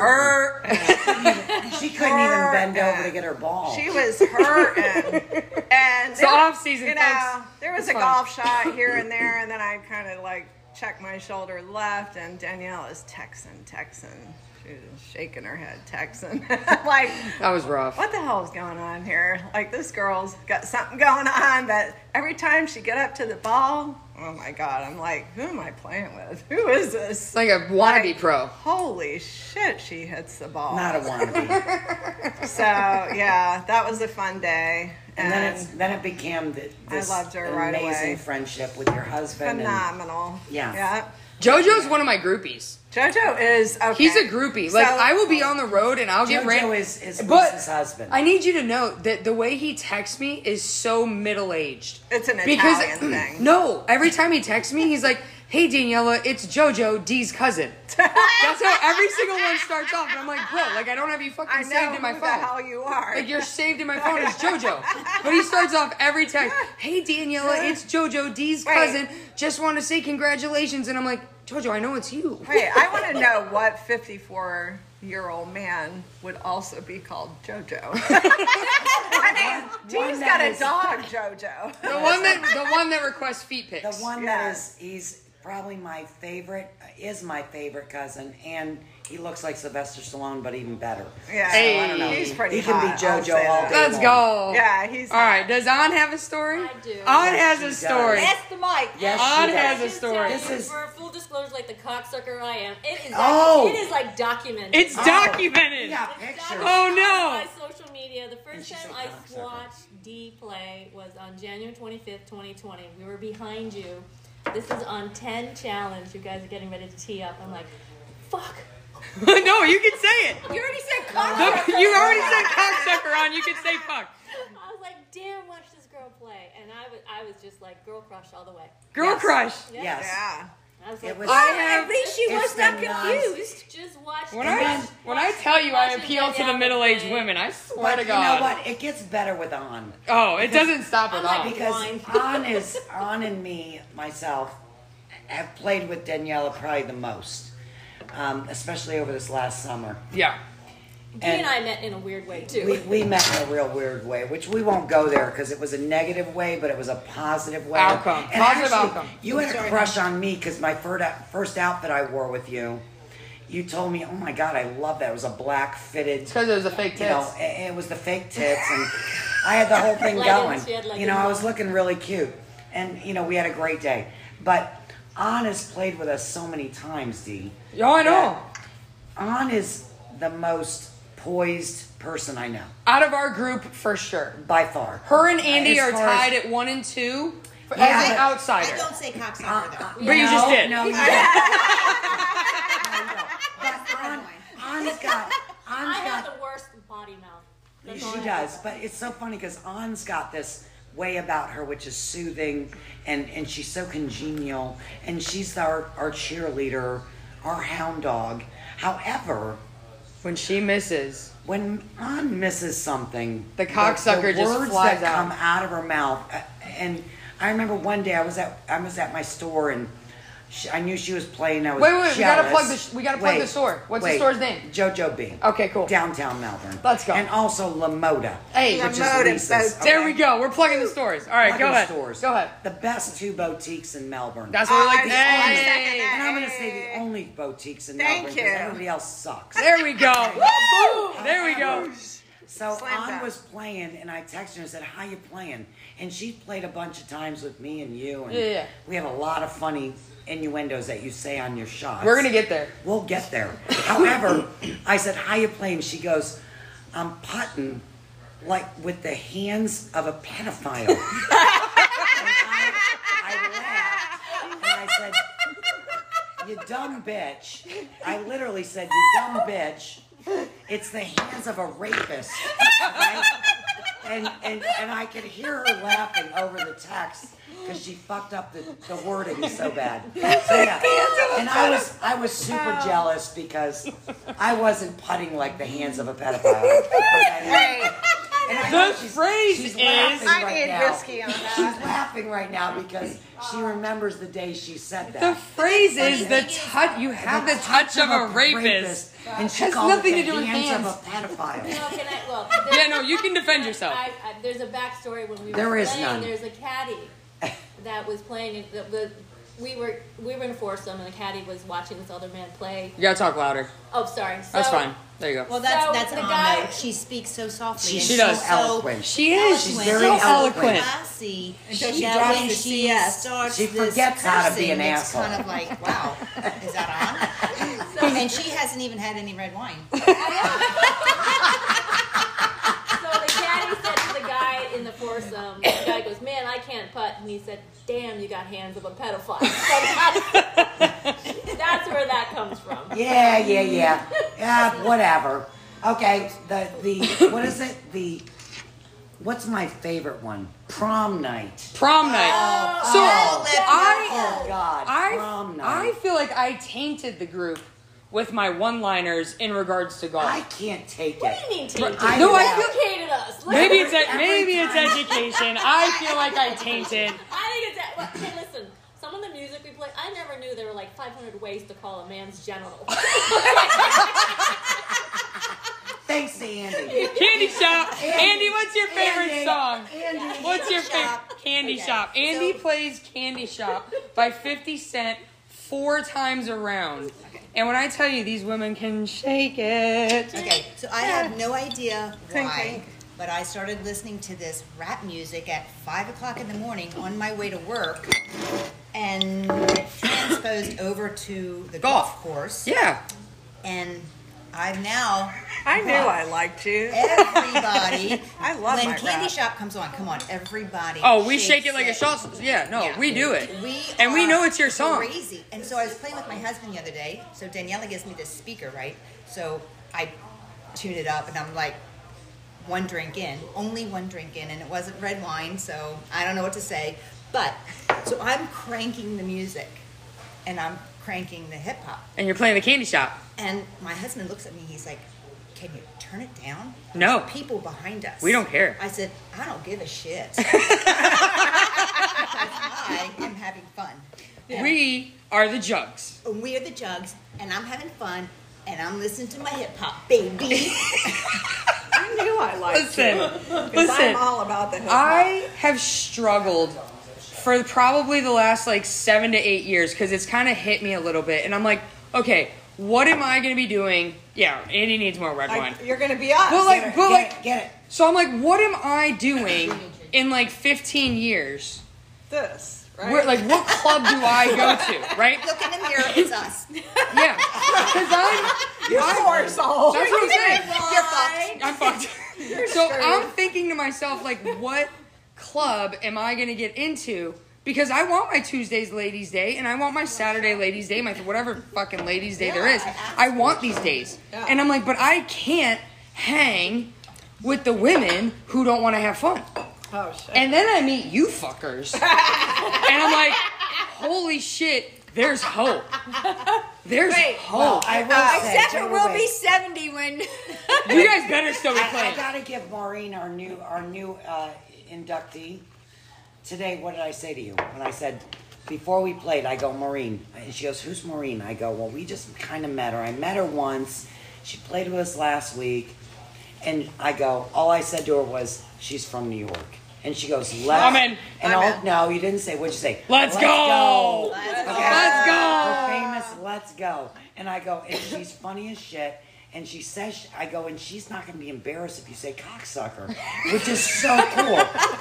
Speaker 3: hurt.
Speaker 4: she couldn't even bend
Speaker 3: her-
Speaker 4: over to get her ball.
Speaker 3: She was hurting. and
Speaker 2: It's the off season,
Speaker 3: You know,
Speaker 2: folks.
Speaker 3: there was
Speaker 2: It's
Speaker 3: a
Speaker 2: fine.
Speaker 3: golf shot here and there, and then I kind of like checked my shoulder left, and Danielle is texting, texting. She was shaking her head, texting. like,
Speaker 2: That was rough.
Speaker 3: what the hell is going on here? Like, this girl's got something going on, but every time she get up to the ball, oh my God, I'm like, who am I playing with? Who is this?
Speaker 2: Like a wannabe
Speaker 3: Like,
Speaker 2: pro.
Speaker 3: Holy shit, she hits the ball.
Speaker 4: Not a wannabe.
Speaker 3: So yeah, that was a fun day.
Speaker 4: and then it's then it became th- this
Speaker 3: loved her right
Speaker 4: amazing
Speaker 3: away.
Speaker 4: friendship with your husband. and-
Speaker 3: phenomenal.
Speaker 4: Yeah.
Speaker 3: Yeah.
Speaker 2: JoJo's one of my groupies.
Speaker 3: JoJo is okay.
Speaker 2: He's a groupie. Like
Speaker 3: So-
Speaker 2: I will be on the road and I'll get
Speaker 4: JoJo
Speaker 2: ran-
Speaker 4: is- is Lisa's husband.
Speaker 2: I need you to know that the way he texts me is so middle aged.
Speaker 3: It's an Italian thing.
Speaker 2: mm, No, every time he texts me, he's like, "Hey Daniela, it's JoJo D's cousin." That's how every single one starts off, and I'm like, "Bro, like I don't have you fucking
Speaker 3: I know
Speaker 2: saved in my
Speaker 3: who
Speaker 2: phone."
Speaker 3: the hell you are.
Speaker 2: Like you're saved in my phone as JoJo. But he starts off every text, "Hey Daniela, it's JoJo D's
Speaker 3: Wait.
Speaker 2: cousin. Just want to say congratulations." And I'm like, "JoJo, I know it's you."
Speaker 3: Wait, I want to know what 54 year old man would also be called JoJo. I mean, Dean's
Speaker 4: that
Speaker 3: got a
Speaker 4: is-
Speaker 3: dog, JoJo.
Speaker 2: The one that the one that requests feet pics.
Speaker 4: The one
Speaker 3: Yeah.
Speaker 4: uh, that is he's probably my favorite is my favorite cousin and He looks like Sylvester Stallone, but even better.
Speaker 3: Yeah,
Speaker 2: Hey.
Speaker 3: I don't know. he's pretty
Speaker 4: He can be
Speaker 3: hot, I'll
Speaker 4: JoJo
Speaker 3: say that.
Speaker 4: all day.
Speaker 2: Let's go.
Speaker 3: Yeah, he's
Speaker 2: Oh. All right. Does On have a story?
Speaker 7: I do.
Speaker 2: On
Speaker 4: Yes,
Speaker 2: has
Speaker 4: she
Speaker 2: a
Speaker 4: does.
Speaker 2: story.
Speaker 7: That's the mic.
Speaker 4: Yes, she
Speaker 2: On
Speaker 4: does.
Speaker 2: has a
Speaker 7: Just
Speaker 2: story.
Speaker 7: tell
Speaker 4: This
Speaker 7: you,
Speaker 4: is-
Speaker 7: for full disclosure, like the cocksucker I am. It is.
Speaker 4: Oh.
Speaker 7: It is like documented.
Speaker 2: It's
Speaker 3: Oh.
Speaker 2: documented.
Speaker 4: got
Speaker 7: It's
Speaker 4: pictures.
Speaker 7: documented
Speaker 2: Oh, no.
Speaker 7: On my social media. The first
Speaker 4: she said
Speaker 7: time I
Speaker 4: cocksucker.
Speaker 7: watched D play was on January twenty fifth, twenty twenty. We were behind you. This is on ten challenge. You guys are getting ready to tee up. I'm like, fuck.
Speaker 2: no, you can say it.
Speaker 7: You already said cocksucker.
Speaker 2: The- you already said cocksucker on. You can say fuck.
Speaker 7: I was like, damn, watch this girl play, and I was, I was just like girl crush all the way.
Speaker 2: Girl
Speaker 4: Yes.
Speaker 2: crush.
Speaker 4: Yes.
Speaker 3: Yeah.
Speaker 7: I was
Speaker 4: It
Speaker 7: like,
Speaker 4: was-
Speaker 2: I
Speaker 5: At
Speaker 2: have.
Speaker 5: least she
Speaker 4: It's
Speaker 5: was
Speaker 4: the
Speaker 5: not
Speaker 4: nonsense.
Speaker 5: confused.
Speaker 7: Just watch.
Speaker 2: When
Speaker 7: just
Speaker 2: I
Speaker 7: watch-
Speaker 2: when I tell you I
Speaker 7: watch it
Speaker 2: appeal to the
Speaker 7: Danielle
Speaker 2: middle aged
Speaker 7: play.
Speaker 2: women, I swear
Speaker 4: But
Speaker 2: to
Speaker 4: you
Speaker 2: God.
Speaker 4: know what? It gets better with On.
Speaker 2: Oh, it doesn't stop at
Speaker 7: I'm like-
Speaker 2: all.
Speaker 4: Because
Speaker 7: Wine.
Speaker 4: On is On and me myself have played with Daniela probably the most, um, especially over this last summer.
Speaker 2: Yeah.
Speaker 7: Dee and I met in a weird way too.
Speaker 4: We, we met in a real weird way, which we won't go there because it was a negative way, but it was a positive way.
Speaker 2: Outcome.
Speaker 4: And
Speaker 2: Positive
Speaker 4: actually,
Speaker 2: outcome.
Speaker 4: You had a crush on me because my fir- first outfit I wore with you, you told me, oh my God, I love that. It was a black fitted
Speaker 2: It's because it was a fake
Speaker 4: you know,
Speaker 2: tits.
Speaker 4: it, it was the fake tits, and I had the whole thing
Speaker 7: Leggings,
Speaker 4: going.
Speaker 7: she had leggings
Speaker 4: You know, I was
Speaker 7: on.
Speaker 4: looking really cute, and you know, we had a great day. But On has played with us so many times, D.
Speaker 2: Oh, I know.
Speaker 4: On is the most poised person I know
Speaker 2: Out of our group for sure.
Speaker 4: by far.
Speaker 2: Her and Andy
Speaker 4: As
Speaker 2: are
Speaker 4: far as-
Speaker 2: tied at one and two for,
Speaker 4: Yeah,
Speaker 2: as an
Speaker 4: but-
Speaker 2: outsider.
Speaker 6: I don't say
Speaker 4: Uh,
Speaker 6: cocksucker though.
Speaker 2: But you just
Speaker 4: No,
Speaker 2: did.
Speaker 4: No, you didn't. No, you don't. But On, On's got,
Speaker 7: I
Speaker 4: On's got
Speaker 7: have the worst body mouth. That's all
Speaker 4: She
Speaker 7: I have.
Speaker 4: does, but it's so funny because An's got this way about her, which is soothing, and and she's so congenial, and she's our our cheerleader, our hound dog. However,
Speaker 2: When she misses,
Speaker 4: when An misses something,
Speaker 2: The cocksucker
Speaker 4: the
Speaker 2: just
Speaker 4: words
Speaker 2: flies
Speaker 4: that
Speaker 2: out.
Speaker 4: come out of her mouth. uh, And I remember one day I was at I was at my store and. She, I knew she was playing. I was
Speaker 2: Wait, wait, we gotta
Speaker 4: jealous.
Speaker 2: plug the sh- we gotta plug the
Speaker 4: Wait,
Speaker 2: store. What's the
Speaker 4: wait.
Speaker 2: store's name?
Speaker 4: JoJo B.
Speaker 2: Okay, cool.
Speaker 4: Downtown Melbourne.
Speaker 2: Let's go.
Speaker 4: And also Lamoda.
Speaker 2: Hey.
Speaker 4: which is
Speaker 3: Lamoda,
Speaker 4: Lisa's.
Speaker 3: so
Speaker 2: there
Speaker 4: okay?
Speaker 2: we go. We're plugging the stories. All right, go
Speaker 4: Fucking
Speaker 2: ahead.
Speaker 4: Stores.
Speaker 2: Go ahead.
Speaker 4: The best two boutiques in Melbourne.
Speaker 2: That's what we like to
Speaker 3: I- I
Speaker 2: say.
Speaker 3: second that.
Speaker 4: and I'm gonna say the only boutiques in
Speaker 3: Thank
Speaker 4: Melbourne
Speaker 3: you.
Speaker 4: because everybody else sucks.
Speaker 2: There we go. Woo! There we go.
Speaker 4: So
Speaker 3: Slam
Speaker 4: An
Speaker 3: dunk.
Speaker 4: was playing, and I texted her and said, "How you playing?" And she played a bunch of times with me and you, and
Speaker 2: Yeah, yeah.
Speaker 4: we have a lot of funny innuendos that you say on your shots.
Speaker 2: We're gonna get there.
Speaker 4: We'll get there. However, I said, "How you playing?" She goes, "I'm putting like with the hands of a pedophile." and I, I laughed and I said, "You dumb bitch!" I literally said, "You dumb bitch!" It's the hands of a rapist. right? And, and, and I could hear her laughing over the text because she fucked up the, the wording so bad. So, yeah. And I was I was super jealous because I wasn't putting like the hands of a pedophile.
Speaker 3: Hey,
Speaker 4: And I
Speaker 2: The
Speaker 4: know she's-
Speaker 2: phrase
Speaker 4: she's
Speaker 2: is
Speaker 4: laughing
Speaker 3: I
Speaker 4: right
Speaker 3: need
Speaker 4: now.
Speaker 3: whiskey on
Speaker 4: She's
Speaker 3: that.
Speaker 4: laughing right now because she remembers the day she said
Speaker 2: The
Speaker 4: that.
Speaker 2: phrase is the touch. You have the touch of a rapist.
Speaker 4: And she
Speaker 2: Has
Speaker 4: called
Speaker 2: nothing
Speaker 4: it
Speaker 2: to do
Speaker 4: the
Speaker 2: with
Speaker 4: hands
Speaker 2: hands.
Speaker 4: of a pedophile.
Speaker 7: No, can I, well,
Speaker 2: Yeah, no, you can defend yourself.
Speaker 7: I, I, there's a backstory when we were
Speaker 4: There is
Speaker 7: playing.
Speaker 4: none.
Speaker 7: There's a caddy that was playing. in The, the, we were we were in a foursome, and the caddy was watching this other man play.
Speaker 2: You gotta talk louder.
Speaker 7: Oh, sorry. So,
Speaker 2: That's fine. There you go.
Speaker 6: Well, that's
Speaker 7: So,
Speaker 6: that's
Speaker 7: the
Speaker 6: on
Speaker 7: guy-
Speaker 6: though. She speaks so softly.
Speaker 4: She's
Speaker 2: She
Speaker 6: and she's
Speaker 2: does.
Speaker 6: so
Speaker 4: Eloquent.
Speaker 2: She is. She's
Speaker 6: eloquent.
Speaker 2: very
Speaker 4: So
Speaker 2: eloquent.
Speaker 6: Classy. And
Speaker 4: She
Speaker 6: now
Speaker 4: drives
Speaker 6: when
Speaker 4: the
Speaker 6: she uh,
Speaker 3: CS.
Speaker 6: starts
Speaker 4: She
Speaker 6: this
Speaker 4: forgets how to be
Speaker 6: cursing,
Speaker 4: an
Speaker 6: it's
Speaker 4: asshole.
Speaker 6: Kind of like, wow, is that on? and she hasn't even had any red wine.
Speaker 7: So the caddy said to the guy in the foursome, the guy goes, "Man, I can't putt," and he said, "Damn, you got hands of a pedophile." So that's, that's where that comes from.
Speaker 4: Yeah, yeah, yeah. Yeah, whatever. Okay, the the what is it? The what's my favorite one? Prom night.
Speaker 2: Prom night. So
Speaker 6: oh, that-
Speaker 2: I,
Speaker 4: Oh God,
Speaker 2: I,
Speaker 4: prom
Speaker 2: I
Speaker 4: night.
Speaker 2: feel like I tainted the group with my one-liners in regards to golf.
Speaker 4: I, can't take
Speaker 7: What do
Speaker 4: it.
Speaker 7: you mean, tainted?
Speaker 4: I
Speaker 2: No, I
Speaker 4: laugh.
Speaker 2: feel-
Speaker 7: educated us. Look
Speaker 2: Maybe
Speaker 7: at-
Speaker 2: it's ed- maybe it's education. I feel like I tainted.
Speaker 7: I think it's. Well, hey, listen. Some of the music we play, I never knew there were like 500 ways to call a man's genital.
Speaker 4: Thanks to Andy.
Speaker 2: Candy shop. Andy, what's your favorite
Speaker 4: Andy.
Speaker 2: song?
Speaker 4: Andy.
Speaker 2: What's your favorite candy shop? Andy plays Candy Shop by 50 Cent four times around. And when I tell you these women can shake it.
Speaker 6: Okay, so I have no idea
Speaker 3: Clink,
Speaker 6: why,
Speaker 3: clink.
Speaker 6: but I started listening to this rap music at five o'clock in the morning on my way to work, and it transposed over to the
Speaker 2: Golf.
Speaker 6: golf, course,
Speaker 2: Yeah.
Speaker 6: and I've now
Speaker 3: I knew I liked you.
Speaker 6: everybody.
Speaker 3: I love
Speaker 6: when
Speaker 3: my
Speaker 6: Candy
Speaker 3: rap.
Speaker 6: Shop comes on. Come on, everybody.
Speaker 2: Oh, we shake
Speaker 6: shakes
Speaker 2: it like a shot. Yeah, no,
Speaker 6: Yeah.
Speaker 2: we do it.
Speaker 6: We
Speaker 2: and we
Speaker 6: are
Speaker 2: know it's your song.
Speaker 6: Crazy. And so I was playing with my husband the other day. So Daniela gives me this speaker, right? So I tune it up, and I'm like, one drink in, only one drink in, and it wasn't red wine, so I don't know what to say. But so I'm cranking the music, and I'm cranking the hip hop,
Speaker 2: And you're playing the candy shop.
Speaker 6: and my husband looks at me. He's like, "Can you turn it down?"
Speaker 2: No.
Speaker 6: There's people behind us.
Speaker 2: We don't care.
Speaker 6: I said, "I don't give a shit." I am having fun.
Speaker 2: We are the jugs.
Speaker 6: And we are the jugs, and I'm having fun, and I'm listening to my hip hop, baby.
Speaker 3: I knew I liked
Speaker 2: Listen,
Speaker 3: you. 'Cause
Speaker 2: listen.
Speaker 3: I'm all about the hip hop.
Speaker 2: I have struggled for probably the last like seven to eight years because it's kind of hit me a little bit. And I'm like, okay, what am I going to be doing? Yeah, Andy needs more red wine.
Speaker 3: Like, you're gonna be us.
Speaker 2: But like, but like,
Speaker 4: Get it, get it.
Speaker 2: so I'm like, what am I doing in like 15 years?
Speaker 3: this, right?
Speaker 2: Where, like, what club do I go to? Right?
Speaker 6: Look in the mirror, it's us.
Speaker 2: Yeah. Because I'm,
Speaker 3: you're four souls.
Speaker 2: that's what I'm saying.
Speaker 6: You're fucked.
Speaker 2: I'm fucked. so I'm thinking to myself, like, what club am I gonna get into? Because I want my Tuesdays Ladies Day and I want my Saturday Ladies Day, my whatever fucking Ladies Day there is. I want these days. And I'm like, but I can't hang with the women who don't want to have fun.
Speaker 3: Oh shit.
Speaker 2: And then I meet you fuckers. and I'm like, holy shit, there's hope. There's hope.
Speaker 4: Oh, I will say,
Speaker 5: Except
Speaker 4: wait,
Speaker 5: it
Speaker 4: wait,
Speaker 5: will
Speaker 4: wait.
Speaker 5: be 70 when.
Speaker 2: you guys better still be
Speaker 4: I, I
Speaker 2: playing.
Speaker 4: gotta give Maureen our new our new uh, inductee today. What did I say to you when I said before we played? I go Maureen, and she goes, "Who's Maureen?" I go, "Well, we just kind of met her. I met her once. She played with us last week." And I go, all I said to her was, "She's from New York." And she goes, "Let's."
Speaker 2: I'm in.
Speaker 4: And all, no, you didn't say. What'd you say?
Speaker 2: Let's go.
Speaker 4: Okay.
Speaker 2: Let's
Speaker 4: Her
Speaker 6: Ah.
Speaker 2: go.
Speaker 4: famous "Let's go," and I go, and she's funny as shit. And she says, I go, and she's not going to be embarrassed if you say cocksucker, which is so cool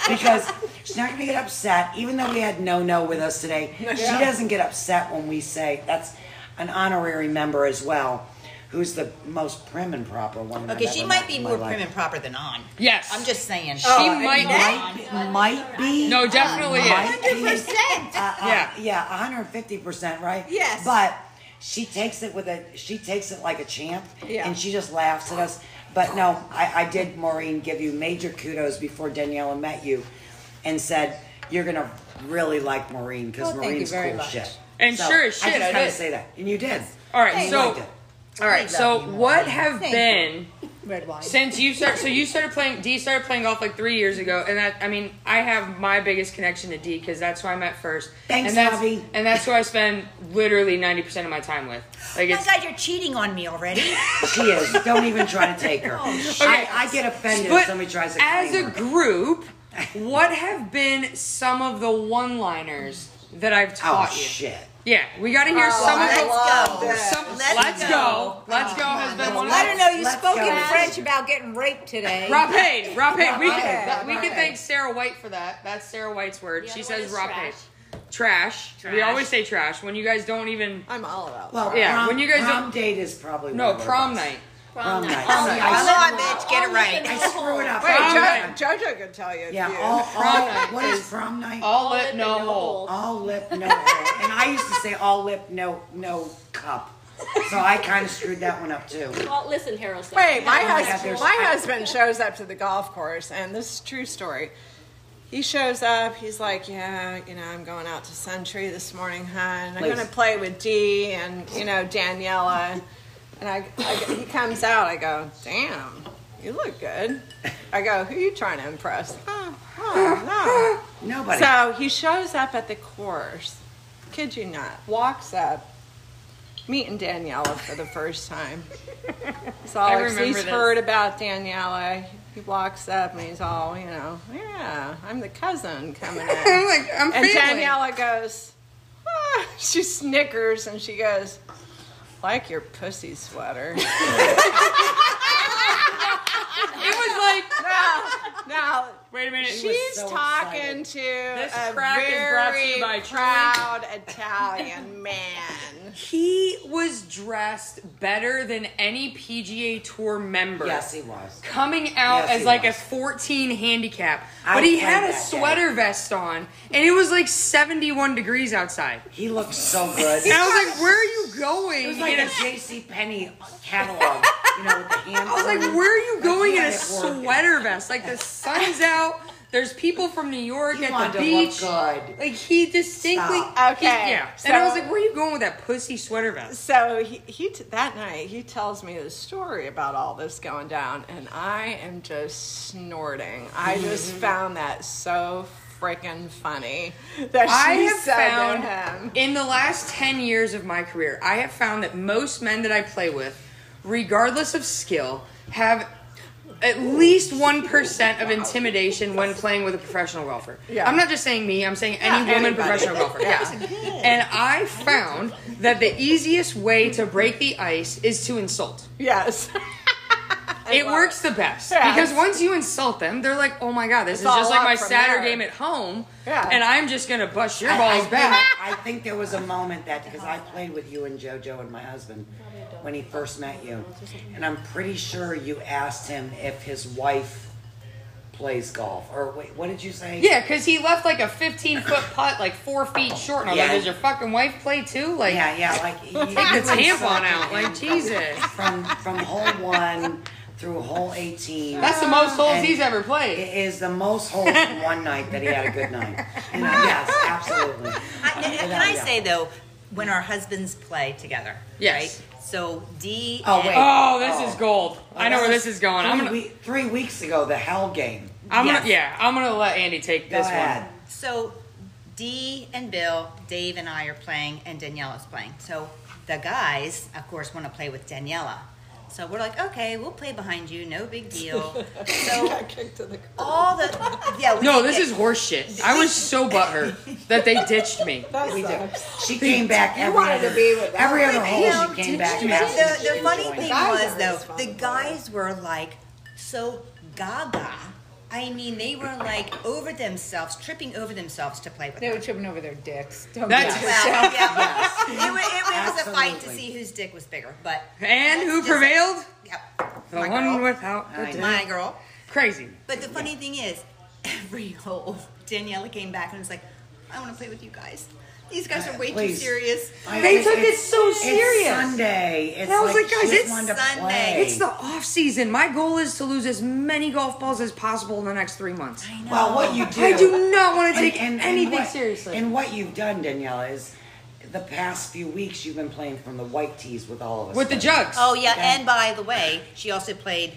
Speaker 4: because she's not going to get upset, even though we had no no with us today. She doesn't get upset when we say that's an honorary member as well, who's the most prim and proper woman.
Speaker 6: Okay,
Speaker 4: I've
Speaker 6: she
Speaker 4: ever met
Speaker 6: might be
Speaker 4: in my
Speaker 6: more
Speaker 4: life.
Speaker 6: prim and proper than on.
Speaker 2: Yes.
Speaker 6: I'm just saying. Oh,
Speaker 2: She might
Speaker 4: Might, might be.
Speaker 2: No, definitely
Speaker 4: might
Speaker 2: is.
Speaker 4: be. Uh, uh,
Speaker 2: Oh, Yeah.
Speaker 4: yeah, 150 percent, right?
Speaker 6: Yes.
Speaker 4: But she takes it with a she takes it like a champ,
Speaker 3: Yeah.
Speaker 4: and she just laughs at us. But no, I, I did Maureen give you major kudos before Daniela met you, and said you're gonna really like Maureen because
Speaker 6: thank you
Speaker 4: Maureen's
Speaker 6: very
Speaker 4: cool
Speaker 6: much.
Speaker 4: shit.
Speaker 2: And sure as
Speaker 4: I
Speaker 2: shit,
Speaker 4: just
Speaker 2: I
Speaker 4: had to
Speaker 2: did.
Speaker 4: say that, and you did.
Speaker 2: All right,
Speaker 4: You
Speaker 2: so
Speaker 4: liked it.
Speaker 2: all right, so what have been
Speaker 6: Red wine.
Speaker 2: since you started? So you started playing. D started playing golf like three years ago, and that I mean, I have my biggest connection to D because that's who I met first.
Speaker 4: Thanks,
Speaker 2: and that's,
Speaker 4: Navi.
Speaker 2: And that's who I spend literally ninety percent of my time with. Like
Speaker 6: Oh my
Speaker 2: it's
Speaker 6: god, you're cheating on me already.
Speaker 4: she is. Don't even try to take her.
Speaker 2: Okay.
Speaker 4: I, I get offended
Speaker 2: but
Speaker 4: if somebody tries to
Speaker 2: as
Speaker 4: claim
Speaker 2: a
Speaker 4: her.
Speaker 2: group, what have been some of the one-liners that I've
Speaker 4: Oh
Speaker 2: taught you?
Speaker 4: shit! Oh,
Speaker 2: Yeah, we got to hear some of
Speaker 3: I
Speaker 2: the.
Speaker 3: love
Speaker 6: go.
Speaker 3: this.
Speaker 2: Some, let's, go. Let's go
Speaker 4: Oh,
Speaker 2: has been one of
Speaker 5: Let her know you
Speaker 4: Let's
Speaker 5: spoke
Speaker 4: go.
Speaker 5: in French about getting raped today.
Speaker 2: Rapade, rapade. We
Speaker 5: Rapade,
Speaker 2: can, we can
Speaker 5: rapade.
Speaker 2: thank Sarah White for that. That's Sarah White's word.
Speaker 7: The
Speaker 2: She
Speaker 7: other one
Speaker 2: says
Speaker 7: is
Speaker 2: rapade.
Speaker 7: trash.
Speaker 2: Trash. We
Speaker 7: Trash.
Speaker 2: always say trash when you guys don't even.
Speaker 3: I'm all about.
Speaker 4: Well,
Speaker 2: Yeah,
Speaker 4: prom,
Speaker 2: when you guys
Speaker 4: prom
Speaker 2: don't-
Speaker 4: date is probably
Speaker 2: No,
Speaker 4: one of our
Speaker 2: prom
Speaker 4: best.
Speaker 2: night.
Speaker 4: Prom night.
Speaker 7: Oh,
Speaker 4: Prom
Speaker 7: yeah.
Speaker 4: night.
Speaker 6: Come on, bitch, get it
Speaker 7: Oh,
Speaker 6: right.
Speaker 7: looking
Speaker 4: I screw it up.
Speaker 3: Wait,
Speaker 2: Prom
Speaker 3: Jo-
Speaker 2: night.
Speaker 3: JoJo can tell you. it's
Speaker 4: Yeah,
Speaker 3: you.
Speaker 4: all,
Speaker 2: Prom
Speaker 4: all,
Speaker 2: night
Speaker 4: what is prom night? All,
Speaker 2: All lip, no hole.
Speaker 4: lip, no. hole. and I used to say all lip, no, no cup. So I kind of screwed that one up too.
Speaker 7: Well, listen, Harold. said-
Speaker 3: Wait, my
Speaker 4: Oh my God,
Speaker 3: husband.
Speaker 4: there's-
Speaker 3: My husband shows up to the golf course, and this is a true story. He shows up. He's like, "Yeah, you know, I'm going out to Century this morning, hun. I'm
Speaker 4: Please.
Speaker 3: going to play with Dee and you know Daniela." And I, I, he comes out. I go, "Damn, you look good." I go, "Who are you trying to impress?" Oh, oh, no.
Speaker 4: Nobody.
Speaker 3: So he shows up at the course. Kid you not. Walks up. Meeting Daniela for the first time. So
Speaker 2: I
Speaker 3: Alex, he's
Speaker 2: remember this.
Speaker 3: heard about Daniela. He walks up and he's all, you know, yeah, I'm the cousin coming in.
Speaker 2: I'm like, I'm
Speaker 3: and
Speaker 2: feeling.
Speaker 3: Daniela goes, "Ah, she snickers and she goes, like your pussy sweater.
Speaker 2: It was like
Speaker 3: now, now
Speaker 2: wait a minute.
Speaker 3: she's
Speaker 4: so
Speaker 3: talking to
Speaker 2: crack is
Speaker 3: a
Speaker 2: brought to
Speaker 3: very
Speaker 2: you by Truly.
Speaker 3: proud Italian man.
Speaker 2: he was dressed better than any PGA Tour member.
Speaker 4: Yes, he was.
Speaker 2: Coming out
Speaker 4: Yes,
Speaker 2: as
Speaker 4: he
Speaker 2: like
Speaker 4: was.
Speaker 2: a 14 handicap,
Speaker 4: I
Speaker 2: but he
Speaker 4: played
Speaker 2: had a
Speaker 4: that game.
Speaker 2: sweater vest on, and it was like 71 degrees outside.
Speaker 4: He looked so good.
Speaker 2: And I was like, "Where are you going?"
Speaker 4: It was like
Speaker 2: in
Speaker 4: a
Speaker 2: a-
Speaker 4: J.C. Penney catalog, you know, with the hand.
Speaker 2: I was like, "Where are you going in a
Speaker 4: had it working.
Speaker 2: sweater vest? Like the sun's out. There's people from New York
Speaker 4: He
Speaker 2: at
Speaker 4: wanted
Speaker 2: the
Speaker 4: to
Speaker 2: beach."
Speaker 4: look good.
Speaker 2: Like he distinctly.
Speaker 3: Stop.
Speaker 2: he-
Speaker 3: Okay,
Speaker 2: yeah. and I was
Speaker 3: so-
Speaker 2: like, "Where are you going with that pussy sweater vest?"
Speaker 3: So he, he t- that night he tells me the story about all this going down, and I am just snorting. I just found that so freaking funny that she
Speaker 2: I have
Speaker 3: said
Speaker 2: found
Speaker 3: to him.
Speaker 2: in the last 10 years of my career, I have found that most men that I play with, regardless of skill, have at least 1% of intimidation when playing with a professional golfer.
Speaker 3: Yeah.
Speaker 2: I'm not just saying me, I'm saying any
Speaker 3: Yeah,
Speaker 2: woman
Speaker 3: anybody.
Speaker 2: professional golfer. Yeah. And I found that the easiest way to break the ice is to insult.
Speaker 3: Yes,
Speaker 2: it works the best
Speaker 3: Yeah.
Speaker 2: because once you insult them, they're like, "Oh my god, this is
Speaker 3: all
Speaker 2: just like
Speaker 3: up
Speaker 2: my
Speaker 3: from
Speaker 2: Saturday
Speaker 3: there.
Speaker 2: game at home."
Speaker 3: Yeah.
Speaker 2: And I'm just gonna bust your
Speaker 4: I- I
Speaker 2: balls
Speaker 4: think-
Speaker 2: back.
Speaker 4: I think there was a moment that because I played with you and JoJo and my husband when he first met you, and I'm pretty sure you asked him if his wife plays golf or wait, what did you say?
Speaker 2: Yeah, because he left like a 15 foot putt, like four feet short. And I was like,
Speaker 4: Yeah.
Speaker 2: does your fucking wife play too? Like,
Speaker 4: yeah, yeah. Like you
Speaker 2: take the
Speaker 4: you
Speaker 2: tampon
Speaker 4: insulted
Speaker 2: out. Like,
Speaker 4: him
Speaker 2: Jesus.
Speaker 4: from from hole one through hole 18.
Speaker 2: That's the most holes
Speaker 4: And
Speaker 2: he's ever played.
Speaker 4: It is the most holes in one night that he had a good night. You know, yes, absolutely.
Speaker 6: I, and- and can I say though, when our husbands play together,
Speaker 2: Yes.
Speaker 6: right? So D.
Speaker 4: Oh,
Speaker 6: and-
Speaker 4: wait.
Speaker 2: Oh, this is gold. I know where this is going.
Speaker 4: Three,
Speaker 2: I'm gonna,
Speaker 4: we- three weeks ago, the hell game.
Speaker 2: I'm
Speaker 6: Yes.
Speaker 2: gonna, yeah, I'm gonna let Andy take
Speaker 4: Go
Speaker 2: this
Speaker 4: ahead.
Speaker 2: one.
Speaker 6: So D and Bill, Dave and I are playing, and Daniela's playing. So the guys, of course, want to play with Daniela. So we're like, okay, we'll play behind you, no big deal. So all the yeah, we
Speaker 2: No,
Speaker 6: did
Speaker 2: this
Speaker 6: get-
Speaker 2: is horse shit. I was so butthurt that they ditched me.
Speaker 4: We do. She came back every
Speaker 8: wanted
Speaker 4: other,
Speaker 8: to be with
Speaker 4: every other
Speaker 6: Him
Speaker 4: hole. Oh, She came back.
Speaker 6: The,
Speaker 4: and asked if she
Speaker 6: the
Speaker 4: could
Speaker 6: funny
Speaker 4: join.
Speaker 6: thing
Speaker 8: Guys
Speaker 6: was
Speaker 8: are
Speaker 6: though, the
Speaker 8: responsible.
Speaker 6: guys were like so gaga. I mean, they were like over themselves, tripping over themselves to play with
Speaker 8: They
Speaker 6: her.
Speaker 8: were tripping over their dicks. Don't
Speaker 2: That's-
Speaker 8: be-
Speaker 6: Well, yeah. it, wa- it was a fight to
Speaker 4: Absolutely.
Speaker 6: see whose dick was bigger, but
Speaker 2: And who
Speaker 6: That's just-
Speaker 2: prevailed?
Speaker 6: Yep.
Speaker 2: The
Speaker 6: My
Speaker 2: one
Speaker 6: girl.
Speaker 2: without
Speaker 4: I know.
Speaker 6: my girl.
Speaker 2: Crazy.
Speaker 6: But the funny thing is, every hole Daniela came back and was like, "I want to play with you guys. These guys are way
Speaker 4: Please.
Speaker 6: too serious."
Speaker 4: I-
Speaker 2: They
Speaker 4: it's-
Speaker 2: took it so
Speaker 4: it's
Speaker 2: serious.
Speaker 4: Sunday. It's
Speaker 2: And I was like, guys,
Speaker 4: she just
Speaker 2: it's
Speaker 4: wanted to
Speaker 6: Sunday.
Speaker 4: play.
Speaker 2: It's the off season. My goal is to lose as many golf balls as possible in the next three months.
Speaker 4: well, what you do.
Speaker 2: I do not want to take anything
Speaker 4: what-
Speaker 2: seriously.
Speaker 4: And what you've done, Daniela, is the past few weeks you've been playing from the white tees with all of us.
Speaker 2: With the
Speaker 4: jug.
Speaker 2: jugs.
Speaker 6: Oh yeah, and by the way, she also played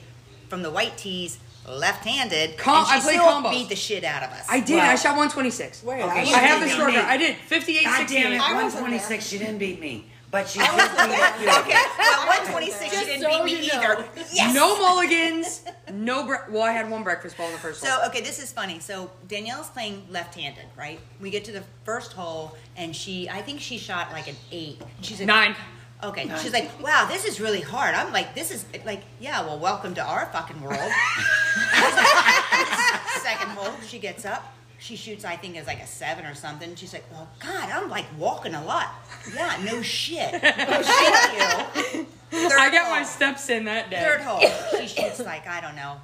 Speaker 6: from the white tees, left-handed.
Speaker 2: Com-
Speaker 6: and she
Speaker 2: I played
Speaker 6: still
Speaker 2: combos.
Speaker 6: beat the shit out of us.
Speaker 2: I did. I shot 126.
Speaker 8: Wait,
Speaker 4: Okay,
Speaker 8: I
Speaker 4: she
Speaker 2: I have the
Speaker 4: didn't
Speaker 2: scorecard.
Speaker 4: beat me.
Speaker 2: I did 58
Speaker 4: God damn it!
Speaker 8: I
Speaker 4: One
Speaker 8: wasn't there.
Speaker 4: twenty-six. She didn't beat me, but she did beat you.
Speaker 6: okay, well, 126, she didn't beat
Speaker 7: so
Speaker 6: me
Speaker 7: you know.
Speaker 6: either. Yes.
Speaker 2: No mulligans. No bre- Well, I had one breakfast ball in the first hole.
Speaker 6: So okay, this is funny. So Danielle's playing left-handed, right? We get to the first hole, and she, I think she shot like an eight. She's like,
Speaker 2: Nine.
Speaker 6: Okay, she's like, wow, this is really hard. I'm like, this is like, yeah, well, welcome to our fucking world. Second hole, she gets up. She shoots, I think, as like a seven or something. She's like, well, God, I'm like walking a lot. Yeah, no shit. No shit, you. Third
Speaker 2: I got
Speaker 6: hole.
Speaker 2: my steps in that day.
Speaker 6: Oh. Third hole, she shoots like I don't know.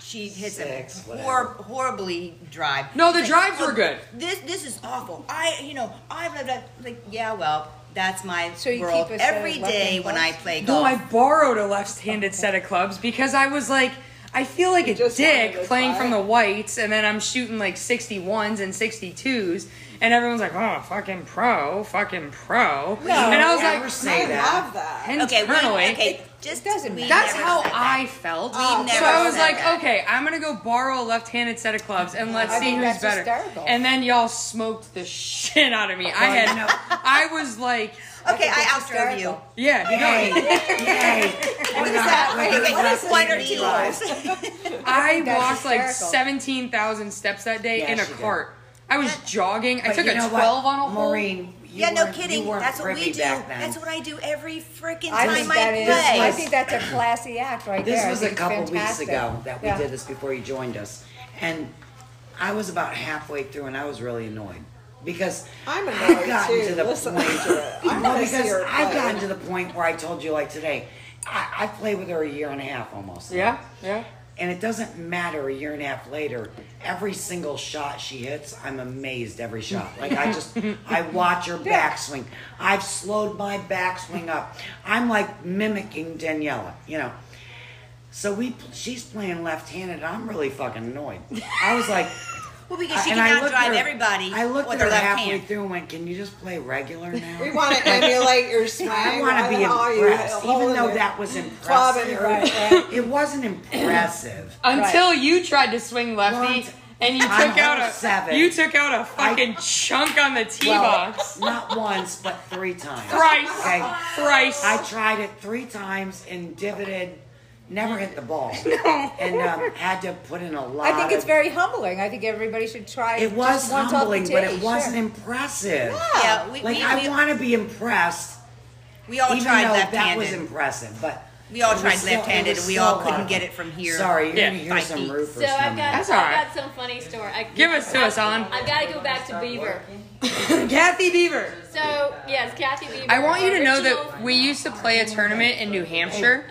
Speaker 6: She hits
Speaker 4: Six,
Speaker 6: a
Speaker 4: whatever.
Speaker 6: hor- horribly drive.
Speaker 2: No, the
Speaker 6: She's
Speaker 2: drives were
Speaker 6: "Oh,
Speaker 2: good."
Speaker 6: This this is awful. I you know I blah, blah. like yeah well that's my
Speaker 8: So you
Speaker 6: world
Speaker 8: keep us, uh,
Speaker 6: every
Speaker 8: left
Speaker 6: day
Speaker 8: in
Speaker 6: when I
Speaker 8: clubs?
Speaker 6: play golf.
Speaker 2: No, I borrowed a left-handed set of clubs because I was like, I feel like a
Speaker 8: just
Speaker 2: dick
Speaker 8: wanted to
Speaker 2: playing
Speaker 8: try
Speaker 2: from
Speaker 8: it.
Speaker 2: the whites, and then I'm shooting like 61s and 62s, and everyone's like, oh, fucking pro, fucking pro. and I was
Speaker 4: Never
Speaker 2: like,
Speaker 4: say
Speaker 8: I
Speaker 4: that.
Speaker 8: love that.
Speaker 6: okay well,
Speaker 2: internally,
Speaker 6: okay just
Speaker 8: doesn't
Speaker 6: we
Speaker 8: matter.
Speaker 2: That's
Speaker 6: never
Speaker 2: how
Speaker 6: said that.
Speaker 2: I felt. so
Speaker 4: Oh,
Speaker 6: never
Speaker 2: I was
Speaker 6: said
Speaker 2: like,
Speaker 6: that.
Speaker 2: okay, I'm gonna go borrow a left-handed set of clubs and let's
Speaker 8: I
Speaker 2: see
Speaker 8: think
Speaker 2: who's
Speaker 8: that's
Speaker 2: better.
Speaker 8: hysterical.
Speaker 2: And then y'all smoked the shit out of me. I had no. I was like,
Speaker 6: okay I outdrove you.
Speaker 2: yeah,
Speaker 4: Yay!
Speaker 2: no,
Speaker 4: Yay! We're not- we're
Speaker 6: Okay,
Speaker 4: not
Speaker 6: one or
Speaker 4: gonna
Speaker 6: two
Speaker 4: realize.
Speaker 6: holes.
Speaker 2: I
Speaker 8: that's
Speaker 2: walked like
Speaker 8: hysterical.
Speaker 2: seventeen thousand steps that day
Speaker 4: Yeah,
Speaker 2: in a
Speaker 4: she did.
Speaker 2: cart. I was jogging. I
Speaker 4: But
Speaker 2: took
Speaker 4: you
Speaker 2: a
Speaker 4: know
Speaker 2: 12
Speaker 4: what,
Speaker 2: on a hole.
Speaker 4: Maureen, you
Speaker 6: yeah, no
Speaker 4: weren't- you
Speaker 6: kidding.
Speaker 4: weren't
Speaker 6: That's what we
Speaker 4: privy
Speaker 6: do.
Speaker 4: back then.
Speaker 6: That's what I do every freaking
Speaker 5: I
Speaker 6: time
Speaker 5: think
Speaker 6: I
Speaker 5: that
Speaker 6: play.
Speaker 5: is. I think that's a classy act right
Speaker 4: This
Speaker 5: there. I
Speaker 4: was
Speaker 5: think
Speaker 4: a
Speaker 5: it's
Speaker 4: couple
Speaker 5: fantastic.
Speaker 4: weeks ago that we
Speaker 5: Yeah.
Speaker 4: did this before you joined us, and I was about halfway through, and I was really annoyed because
Speaker 8: I'm
Speaker 4: I've
Speaker 8: annoyed
Speaker 4: gotten
Speaker 8: too,
Speaker 4: to the
Speaker 8: listening
Speaker 4: point.
Speaker 8: to it. I
Speaker 4: well,
Speaker 8: wanna see
Speaker 4: because
Speaker 8: her
Speaker 4: I've
Speaker 8: play.
Speaker 4: gotten to the point where I told you like today, I, I played with her a year and a half almost.
Speaker 2: Yeah, yeah.
Speaker 4: And it doesn't matter a year and a half later, every single shot she hits, I'm amazed every shot. Like I just I watch her backswing. I've slowed my backswing up. I'm like mimicking Daniela, you know. So we she's playing left-handed. I'm really fucking annoyed. I was like
Speaker 6: Well, because she
Speaker 4: and
Speaker 6: can
Speaker 4: I looked
Speaker 6: outdrive
Speaker 4: her-
Speaker 6: everybody
Speaker 4: I looked
Speaker 6: with
Speaker 4: at
Speaker 6: her
Speaker 4: her
Speaker 6: left
Speaker 4: halfway
Speaker 6: hand.
Speaker 4: through and went, "Can you just play regular now?"
Speaker 8: We want to emulate your swing.
Speaker 4: I want
Speaker 8: Why
Speaker 4: to
Speaker 8: the
Speaker 4: be
Speaker 8: hell are you
Speaker 4: impressed, even
Speaker 8: holding
Speaker 4: though
Speaker 8: it?
Speaker 4: that was
Speaker 8: Bobbing
Speaker 4: impressive.
Speaker 8: your right
Speaker 4: It wasn't impressive.
Speaker 2: Until you tried to swing lefty
Speaker 4: Once-
Speaker 2: and you
Speaker 4: I'm
Speaker 2: took out
Speaker 4: hole
Speaker 2: a
Speaker 4: seven.
Speaker 2: you took out a fucking chunk on the tee
Speaker 4: Well,
Speaker 2: box.
Speaker 4: Not once, but three times.
Speaker 2: Thrice.
Speaker 4: Okay.
Speaker 2: Thrice.
Speaker 4: I tried it three times and divoted, never hit the ball, and um, had to put in a lot.
Speaker 5: I think it's
Speaker 4: of-
Speaker 5: very humbling. I think everybody should try.
Speaker 4: It was
Speaker 5: just once off the
Speaker 4: humbling, but
Speaker 5: tee,
Speaker 4: it
Speaker 5: sure.
Speaker 4: wasn't impressive.
Speaker 6: Yeah, we,
Speaker 4: Like
Speaker 6: we,
Speaker 4: I
Speaker 6: we,
Speaker 4: want to be impressed,
Speaker 6: we all
Speaker 4: even though
Speaker 6: tried
Speaker 4: that was
Speaker 6: left-handed.
Speaker 4: impressive, but.
Speaker 6: We all
Speaker 4: it was
Speaker 6: tried
Speaker 4: still- it
Speaker 6: left-handed,
Speaker 4: was
Speaker 6: and we
Speaker 4: still
Speaker 6: all
Speaker 4: a lot
Speaker 6: couldn't
Speaker 4: of
Speaker 6: get
Speaker 4: fun.
Speaker 6: it from here.
Speaker 4: Sorry, you're
Speaker 2: Yeah.
Speaker 4: gonna hear
Speaker 6: By
Speaker 4: some
Speaker 6: feet.
Speaker 4: roofers.
Speaker 7: So I've
Speaker 4: coming.
Speaker 7: got,
Speaker 2: That's all
Speaker 7: I've
Speaker 2: right.
Speaker 7: got some funny story. I,
Speaker 2: Give us to us, on.
Speaker 7: I've got to go back to Beaver.
Speaker 2: Kathy Beaver.
Speaker 7: So yes, Kathy Beaver.
Speaker 2: I want you to know that
Speaker 7: Original-
Speaker 2: we used to play a tournament in New Hampshire.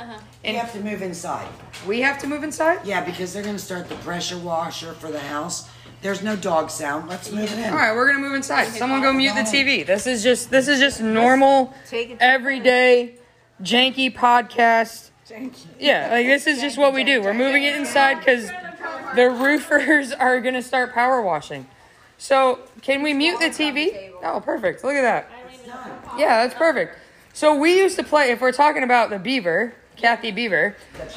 Speaker 4: You have to move inside.
Speaker 2: We have to move inside?
Speaker 4: Yeah, because they're gonna start the pressure washer for the house. There's no dog sound. Let's move it in.
Speaker 2: All right, we're gonna move inside. Someone go mute the TV. This is just this is just normal, everyday, janky podcast. Janky. Yeah, like this is just what we do. We're moving it inside because the roofers are gonna start power washing. So can we mute the TV? Oh, perfect. Look at that. Yeah, that's perfect. So we used to play. If we're talking about the Beaver, Kathy Beaver.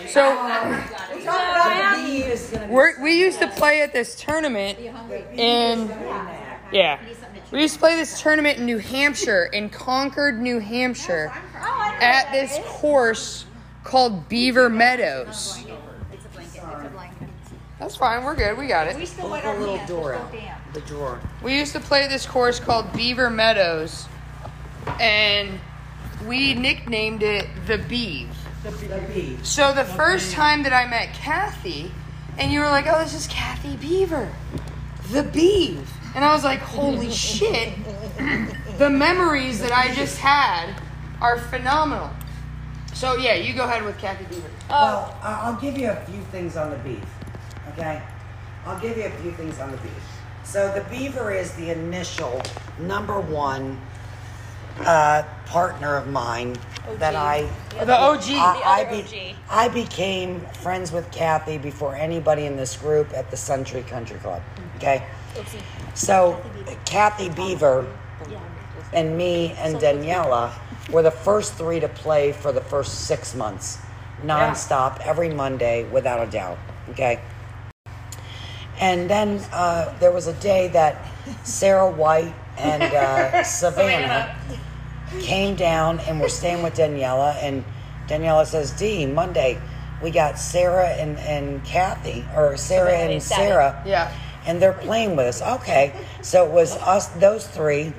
Speaker 2: So we're, we used to play at this tournament in. Yeah. We used to play this tournament in New Hampshire, in Concord, New Hampshire, at this course called Beaver Meadows. That's fine. We're good. We got it.
Speaker 5: We still let our
Speaker 4: little
Speaker 5: hands,
Speaker 4: door
Speaker 5: we're
Speaker 4: out.
Speaker 5: still damp.
Speaker 4: The drawer.
Speaker 2: We used to play this course called Beaver Meadows, and we nicknamed it the Beeve. So the first time that I met Kathy, and you were like, "Oh, this is Kathy Beaver, the Beeve," and I was like, "Holy shit!" the memories that I just had are phenomenal. So yeah, you go ahead with Kathy Beaver.
Speaker 4: Well, I- I'll give you a few things on the beef, okay? I'll give you a few things on the beef. So the beaver is the initial number one uh, partner of mine that I
Speaker 2: The OG.
Speaker 4: I, I, be- I became friends with Kathy before anybody in this group at the Century Country Club. Okay, so Kathy Beaver and me and Daniela were the first three to play for the first six months, nonstop, every Monday, without a doubt. Okay. And then uh, there was a day that Sarah White and uh, Savannah came down and we're staying with Daniela. And Daniela says, D, Monday, we got Sarah and, and Kathy, or Sarah and Sarah.
Speaker 2: Yeah.
Speaker 4: And they're playing with us. Okay. So it was us, those three,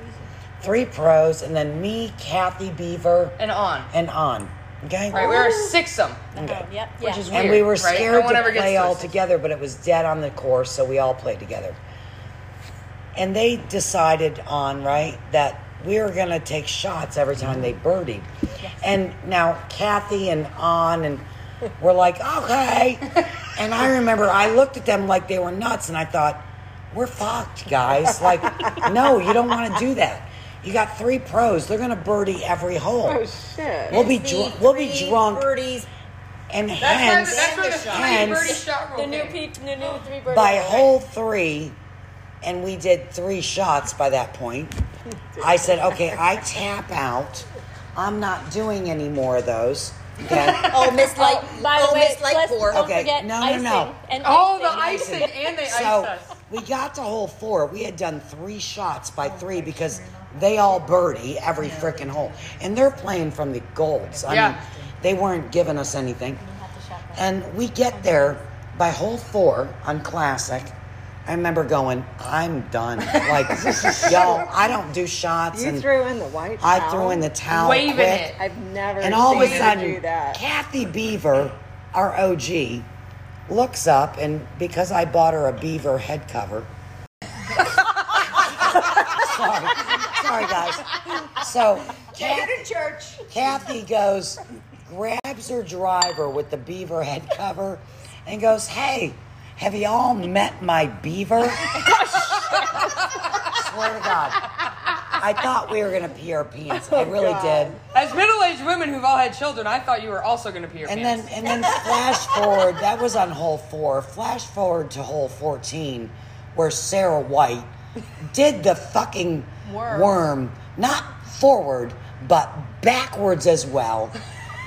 Speaker 4: three pros, and then me, Kathy Beaver,
Speaker 2: And on.
Speaker 4: and on. Okay?
Speaker 2: Right, we were six of 'em,
Speaker 7: Yep.
Speaker 2: which
Speaker 7: Yeah.
Speaker 2: is weird.
Speaker 4: and we were
Speaker 2: right?
Speaker 4: scared
Speaker 2: No one
Speaker 4: to
Speaker 2: ever gets
Speaker 4: play
Speaker 2: to
Speaker 4: all
Speaker 2: six.
Speaker 4: together, but it was dead on the course, so we all played together. And they decided on right that we were going to take shots every time they birdied. And now Kathy and on and were like, okay. and I remember I looked at them like they were nuts, and I thought, we're fucked, guys. Like, no, you don't want to do that. You got three pros; they're gonna birdie every hole. Oh shit! We'll be dr- we'll be drunk
Speaker 6: Birdies.
Speaker 4: and
Speaker 2: That's where,
Speaker 4: hence,
Speaker 2: that's where the three
Speaker 4: hence,
Speaker 2: birdie shot rule
Speaker 7: The new
Speaker 2: came.
Speaker 7: peep, the new three birds.
Speaker 4: Oh. by hole three, and we did three shots by that point. I said, okay, I tap out. I'm not doing any more of those. Okay.
Speaker 6: Oh, Miss Light.
Speaker 7: Oh, by the
Speaker 6: oh,
Speaker 7: way,
Speaker 6: Miss Light
Speaker 7: let's-
Speaker 6: Four.
Speaker 7: don't
Speaker 4: Okay,
Speaker 7: forget
Speaker 4: no, no,
Speaker 7: icing
Speaker 4: no.
Speaker 7: And
Speaker 2: Oh, the
Speaker 7: icing.
Speaker 2: icing, and they iced
Speaker 4: So
Speaker 2: us.
Speaker 4: we got to hole four. We had done three shots by
Speaker 3: Oh,
Speaker 4: three because they all birdie every frickin' hole. And they're playing from the golds. I
Speaker 2: Yeah.
Speaker 4: mean, they weren't giving us anything. And we get there by hole four on Classic,
Speaker 9: I remember going, I'm done. Like, yo, I don't do shots.
Speaker 3: You
Speaker 9: and
Speaker 3: threw in the white
Speaker 9: I
Speaker 3: towel.
Speaker 9: threw in the towel.
Speaker 2: Waving
Speaker 9: quick.
Speaker 2: it.
Speaker 3: I've never
Speaker 9: And all of a
Speaker 3: seen you do
Speaker 9: sudden,
Speaker 3: that.
Speaker 9: Kathy Beaver, our OG, looks up and because I bought her a beaver head cover. sorry, sorry guys. So
Speaker 5: Take her to church.
Speaker 9: Kathy goes, grabs her driver with the beaver head cover, and goes, "Hey, have you all met my beaver?"
Speaker 3: Oh,
Speaker 9: Swear to God, I thought we were gonna pee our pants.
Speaker 3: Oh,
Speaker 9: I really did.
Speaker 2: As middle-aged women who've all had children, I thought you were also going to pee your
Speaker 9: And
Speaker 2: pants.
Speaker 9: then and then flash forward, that was on hole four. Flash forward to hole fourteen, where Sarah White did the fucking worm, not forward, but backwards as well.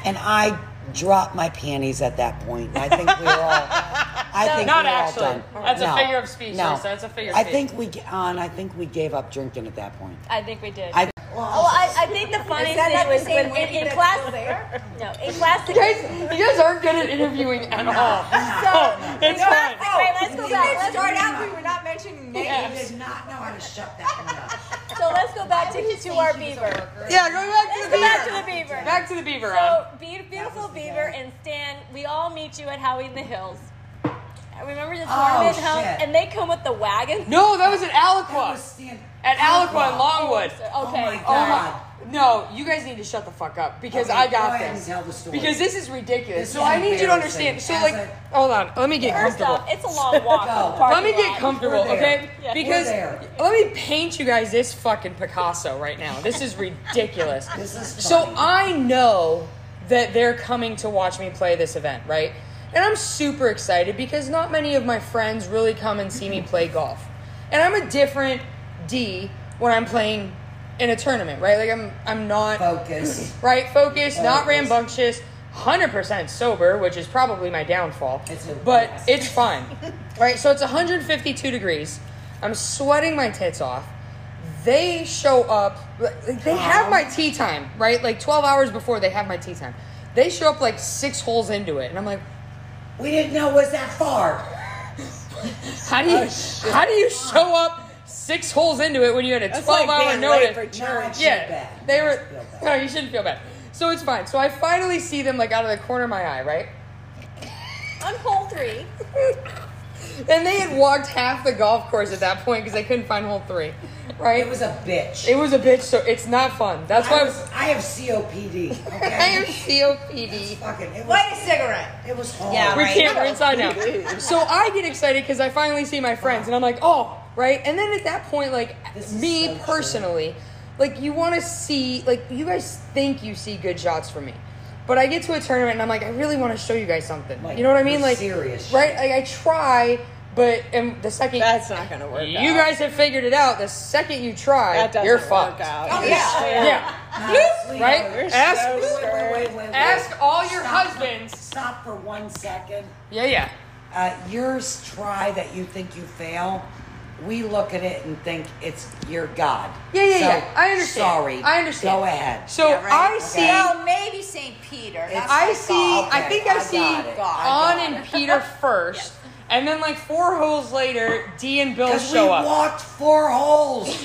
Speaker 9: And I dropped my panties at that point. I think we were all I think
Speaker 2: not
Speaker 9: we were
Speaker 2: actually.
Speaker 9: all done.
Speaker 2: That's a figure of speech, Lisa. That's a figure of
Speaker 9: I
Speaker 2: speech.
Speaker 9: think we on I think we gave up drinking at that point.
Speaker 7: I think we did.
Speaker 9: I-
Speaker 7: well, I, I think the funny
Speaker 5: that
Speaker 7: thing
Speaker 5: not the
Speaker 7: was
Speaker 5: same
Speaker 7: when in,
Speaker 5: way
Speaker 7: in
Speaker 5: that-
Speaker 7: class. No, in class.
Speaker 2: You guys, you guys aren't good at interviewing at all. Oh, it's
Speaker 7: No,
Speaker 2: fine.
Speaker 7: Wait, let's go back. Let's
Speaker 5: Start out, we were not mentioning names.
Speaker 4: I did not know how to shut that up.
Speaker 7: So let's go back to, to our beaver.
Speaker 2: Yeah, go back to
Speaker 7: Let's
Speaker 2: the
Speaker 7: go
Speaker 2: beaver.
Speaker 7: back to
Speaker 2: Back to
Speaker 7: the beaver.
Speaker 2: the beaver.
Speaker 7: So,
Speaker 2: Adam.
Speaker 7: be- beautiful Beaver and Stan, we all meet you at Howie in the Hills. I remember the
Speaker 4: Oh,
Speaker 7: tournament house,
Speaker 4: shit.
Speaker 7: and they come with the wagon.
Speaker 2: No, that was at Aliqua.
Speaker 4: Stand-
Speaker 2: At Aliqua in Longwood.
Speaker 7: Okay. Oh my
Speaker 4: God.
Speaker 2: No, you guys need to shut the fuck up because
Speaker 4: Okay,
Speaker 2: I
Speaker 4: go
Speaker 2: got
Speaker 4: ahead and
Speaker 2: this.
Speaker 4: tell the story.
Speaker 2: Because this is ridiculous.
Speaker 4: This
Speaker 2: so
Speaker 4: is
Speaker 2: I need you to
Speaker 4: embarrassing.
Speaker 2: understand. So
Speaker 4: As
Speaker 2: like,
Speaker 4: a-
Speaker 2: hold on. Let me get
Speaker 7: First
Speaker 2: comfortable.
Speaker 7: off, it's a long walk.
Speaker 4: Go.
Speaker 7: from the parking
Speaker 2: let me get
Speaker 7: lot.
Speaker 2: comfortable,
Speaker 4: We're there.
Speaker 2: okay?
Speaker 7: Yeah.
Speaker 2: Because
Speaker 4: We're there.
Speaker 2: let me paint you guys this fucking Picasso right now. This is ridiculous.
Speaker 4: This is
Speaker 2: so
Speaker 4: funny.
Speaker 2: I know that they're coming to watch me play this event, right? And I'm super excited because not many of my friends really come and see me play golf. And I'm a different D when I'm playing in a tournament, right? Like I'm I'm not
Speaker 4: Focus.
Speaker 2: right? Focused, not
Speaker 4: Focused.
Speaker 2: rambunctious, 100% sober, which is probably my downfall.
Speaker 4: It's a-
Speaker 2: but it's fun. right? So it's 152 degrees. I'm sweating my tits off. They show up, like, they have my tea time, right? Like 12 hours before they have my tea time. They show up like six holes into it, and I'm like,
Speaker 4: We didn't know it was that far.
Speaker 2: how do you, how do you show up six holes into it when you had a 12 hour
Speaker 3: Oh,
Speaker 2: notice?
Speaker 4: Now I feel
Speaker 2: Yeah,
Speaker 4: bad.
Speaker 2: they
Speaker 4: Now I
Speaker 2: were.
Speaker 4: feel bad.
Speaker 2: No, you shouldn't feel bad. So it's fine. So I finally see them like out of the corner of my eye, right?
Speaker 7: On hole three,
Speaker 2: And they had walked half the golf course at that point because they couldn't find hole three, right?
Speaker 4: It was a bitch.
Speaker 2: It was a bitch. So it's not fun. That's why
Speaker 4: I,
Speaker 2: I,
Speaker 4: was, I have COPD.
Speaker 2: I
Speaker 4: Okay.
Speaker 2: am COPD.
Speaker 4: Fucking, it was,
Speaker 5: Light a cigarette.
Speaker 4: it was hard.
Speaker 6: Yeah,
Speaker 2: We
Speaker 6: right.
Speaker 2: can't. We're inside now. So I get excited because I finally see my friends, and I'm like, oh, right. And then at that point, like
Speaker 4: This is
Speaker 2: me
Speaker 4: so true.
Speaker 2: personally, like you want to see, like you guys think you see good shots from me, but I get to a tournament and I'm like, I really want to show you guys something.
Speaker 4: Like,
Speaker 2: you know what I mean?
Speaker 4: the
Speaker 2: Like
Speaker 4: serious shit.
Speaker 2: right? Like I try, but and the second
Speaker 8: That's not gonna work.
Speaker 2: you
Speaker 8: out.
Speaker 2: guys have figured it out, the second you try,
Speaker 8: that doesn't
Speaker 2: you're
Speaker 8: work
Speaker 2: fucked.
Speaker 8: out.
Speaker 3: Oh,
Speaker 2: Yeah.
Speaker 4: Honestly,
Speaker 2: Right?
Speaker 4: though,
Speaker 8: You're
Speaker 2: Ask-
Speaker 8: so
Speaker 4: Uh, Wait, wait,
Speaker 8: screwed.
Speaker 4: wait, wait, wait.
Speaker 2: Ask all your
Speaker 4: Stop for-
Speaker 2: husbands.
Speaker 4: Stop for one second.
Speaker 2: Yeah, yeah.
Speaker 4: Uh, yours try that you think you fail. We look at it and think it's your God.
Speaker 2: Yeah, yeah,
Speaker 4: So,
Speaker 2: yeah. I understand.
Speaker 4: Sorry.
Speaker 2: I understand.
Speaker 4: Go ahead.
Speaker 2: So
Speaker 5: Yeah, right.
Speaker 2: I see
Speaker 5: Well, Oh, maybe St. Peter. That's
Speaker 2: I
Speaker 5: like
Speaker 2: see.
Speaker 4: God.
Speaker 2: I
Speaker 4: Okay,
Speaker 2: think
Speaker 4: I
Speaker 2: I,
Speaker 4: got
Speaker 2: see
Speaker 4: it. I
Speaker 2: On
Speaker 4: got
Speaker 2: and Peter first, and then like four holes later, D and Bill
Speaker 4: Because we
Speaker 2: show up.
Speaker 4: walked four holes.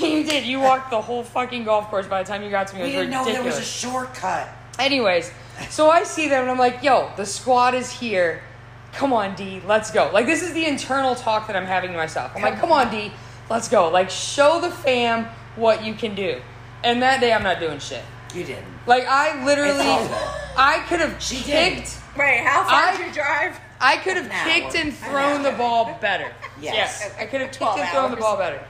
Speaker 2: you did. You walked the whole fucking golf course by the time you got to me. It
Speaker 4: We
Speaker 2: was
Speaker 4: didn't know
Speaker 2: ridiculous.
Speaker 4: there was a shortcut.
Speaker 2: Anyways, so I see them and I'm like, yo, the squad is here. Come on, D, let's go. Like, this is the internal talk that I'm having to myself. I'm like, come on, D, let's go. Like, show the fam what you can do. And that day, I'm not doing shit.
Speaker 4: You didn't.
Speaker 2: Like, I literally,
Speaker 4: It's all good.
Speaker 2: I could have
Speaker 4: She
Speaker 2: kicked,
Speaker 4: didn't.
Speaker 3: Wait, how far
Speaker 2: I-
Speaker 3: did you drive?
Speaker 2: I could have kicked and thrown the ball better.
Speaker 4: Yes.
Speaker 2: Yeah, I could have kicked and thrown the ball better.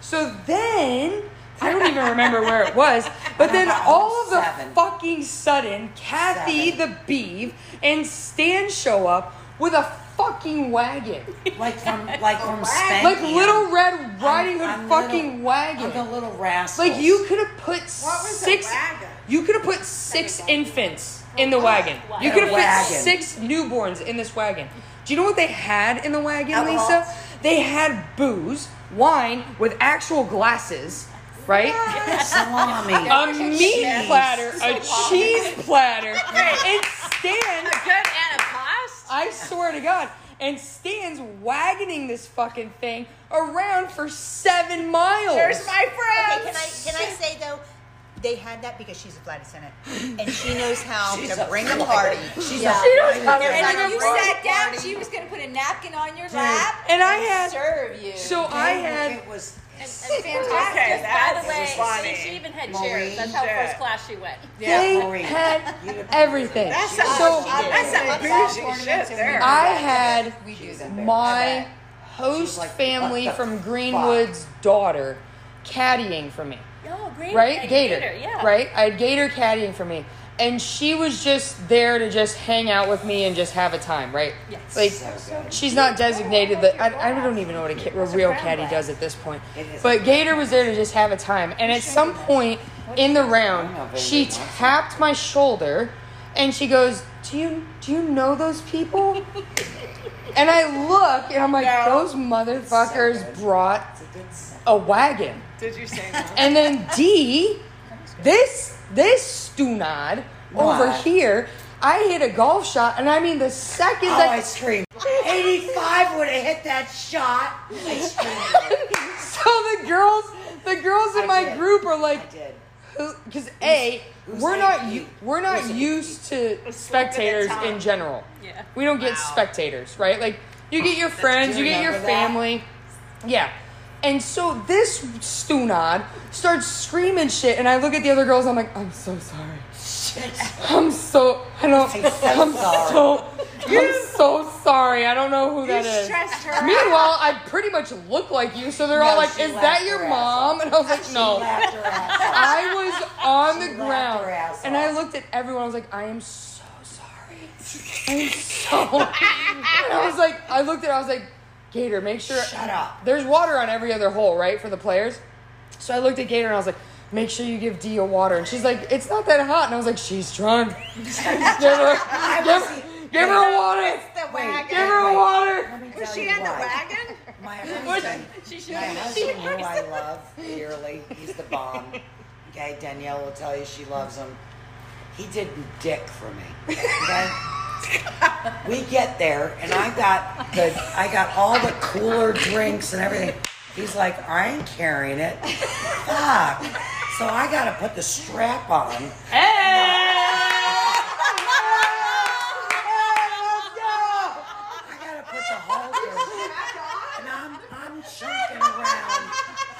Speaker 2: So then, I don't even remember where it was, but then all of the
Speaker 4: Seven.
Speaker 2: fucking sudden, Kathy
Speaker 4: Seven.
Speaker 2: the Beeve and Stan show up with a fucking wagon.
Speaker 4: Like from like from Spain.
Speaker 2: like Little Red Riding Hood fucking wagon.
Speaker 4: I'm the little rascal.
Speaker 2: like you could have put
Speaker 3: was a
Speaker 2: six.
Speaker 3: wagon?
Speaker 2: You could have put six infants in the wagon. You
Speaker 7: A
Speaker 2: could have
Speaker 4: wagon.
Speaker 2: fit six newborns in this wagon. Do you know what they had in the wagon,
Speaker 5: Alcohol.
Speaker 2: Lisa? They had booze, wine with actual glasses, right?
Speaker 4: salami.
Speaker 2: a meat platter, a cheese platter, and Stan.
Speaker 7: good Anna Post.
Speaker 2: I swear to God. and Stan's wagoning this fucking thing around for seven miles.
Speaker 1: There's my friend.
Speaker 6: Okay, can I can I say though? They had that because she's a flight attendant, and she knows how to bring a party. She's
Speaker 5: Yeah.
Speaker 6: a
Speaker 5: And
Speaker 6: There's not
Speaker 5: when
Speaker 6: a
Speaker 5: you
Speaker 6: road
Speaker 5: sat down,
Speaker 6: party.
Speaker 5: she was gonna put a napkin on your lap
Speaker 2: And I had-
Speaker 5: serve you.
Speaker 2: So I had
Speaker 4: It was
Speaker 7: And, and fantastic.
Speaker 1: Okay,
Speaker 7: By
Speaker 1: that's
Speaker 7: the way,
Speaker 1: funny.
Speaker 7: she, she even had chairs. That's how
Speaker 1: Maureen.
Speaker 7: first class she went.
Speaker 2: they
Speaker 4: Maureen.
Speaker 2: had everything.
Speaker 1: That sounds,
Speaker 2: So
Speaker 1: that's some bougie shit there.
Speaker 2: I had
Speaker 5: we do them.
Speaker 2: my host
Speaker 4: like,
Speaker 2: family
Speaker 4: "What the
Speaker 2: from Greenwood's daughter caddying for me.
Speaker 7: Oh, great.
Speaker 2: right? Gator.
Speaker 7: Yeah.
Speaker 2: Right? I had Gator caddying for me. And she was just there to just hang out with me and just have a time, right?
Speaker 7: Yes.
Speaker 2: Like, she's not designated. The, I, I don't even know what a, ca- a real caddy does at this point. But Gator was there to just have a time. And at some point in the round, she tapped my shoulder and she goes, Do you, do you know those people? And I look and I'm like, Those motherfuckers brought a wagon.
Speaker 1: Did you say that?
Speaker 2: And then D, this this stunad over here, I hit a golf shot, and I mean the second
Speaker 4: oh, I
Speaker 2: that
Speaker 4: screamed. 85 would have hit that shot. I screamed.
Speaker 2: so the girls the girls in my
Speaker 4: did.
Speaker 2: group are like,
Speaker 4: I did.
Speaker 2: because a
Speaker 4: who's
Speaker 2: we're not
Speaker 4: AP?
Speaker 2: u- we're not used to spectators in general.
Speaker 7: Yeah.
Speaker 2: we don't get spectators, right? Like you get your friends, you get your
Speaker 4: remember that.
Speaker 2: family, yeah. And so this stunad starts screaming shit, and I look at the other girls. I'm like, I'm so sorry. I'm so I don't. I'm so. I'm so sorry. I don't know who that is.
Speaker 1: stressed her
Speaker 2: Meanwhile, I pretty much look like you, so they're all like, "Is that your mom?" And I was like, "No."
Speaker 4: Laughed her ass off.
Speaker 2: I was on the
Speaker 4: her
Speaker 2: ground
Speaker 4: ass
Speaker 2: and I
Speaker 4: off.
Speaker 2: looked at everyone. I was like, I am so sorry. I'm so. and I was like, I looked at. I was like, Gator, make sure.
Speaker 4: Shut up.
Speaker 2: There's water on every other hole, right, for the players. So I looked at Gator and I was like, make sure you give Dia water. And she's like, it's not that hot. And I was like, she's drunk. give her, give, give her water.
Speaker 6: the wagon.
Speaker 2: Give her water.
Speaker 6: Was she on the wagon?
Speaker 4: My husband,
Speaker 7: She should
Speaker 4: my
Speaker 7: have.
Speaker 4: husband who I love dearly, he's the bomb. Okay, Danielle will tell you she loves him. He did dick for me. Okay? we get there, and I got the I got all the cooler drinks and everything. He's like, I ain't carrying it. Fuck. So I gotta put the strap on. I gotta put the halter. and I'm I'm chunking around.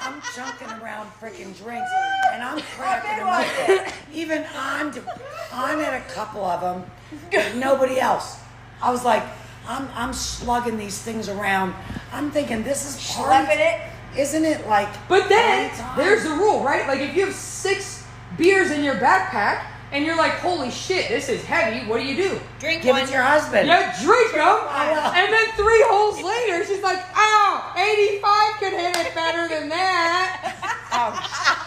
Speaker 4: I'm chunking around freaking drinks, and I'm cracking them up. Even I'm de- I'm at a couple of them. but Nobody else. I was like, I'm I'm slugging these things around. I'm thinking this is party.
Speaker 5: Schlepping it.
Speaker 4: Isn't it like?
Speaker 2: But then
Speaker 4: party time?
Speaker 2: there's the rule, right? Like if you have six beers in your backpack and you're like, holy shit, this is heavy, what do you do?
Speaker 6: Drink
Speaker 4: give
Speaker 6: one.
Speaker 4: it to your husband.
Speaker 2: Yeah, drink them.
Speaker 4: will.
Speaker 2: And then three holes later, she's like, oh, 85 could hit it better than that.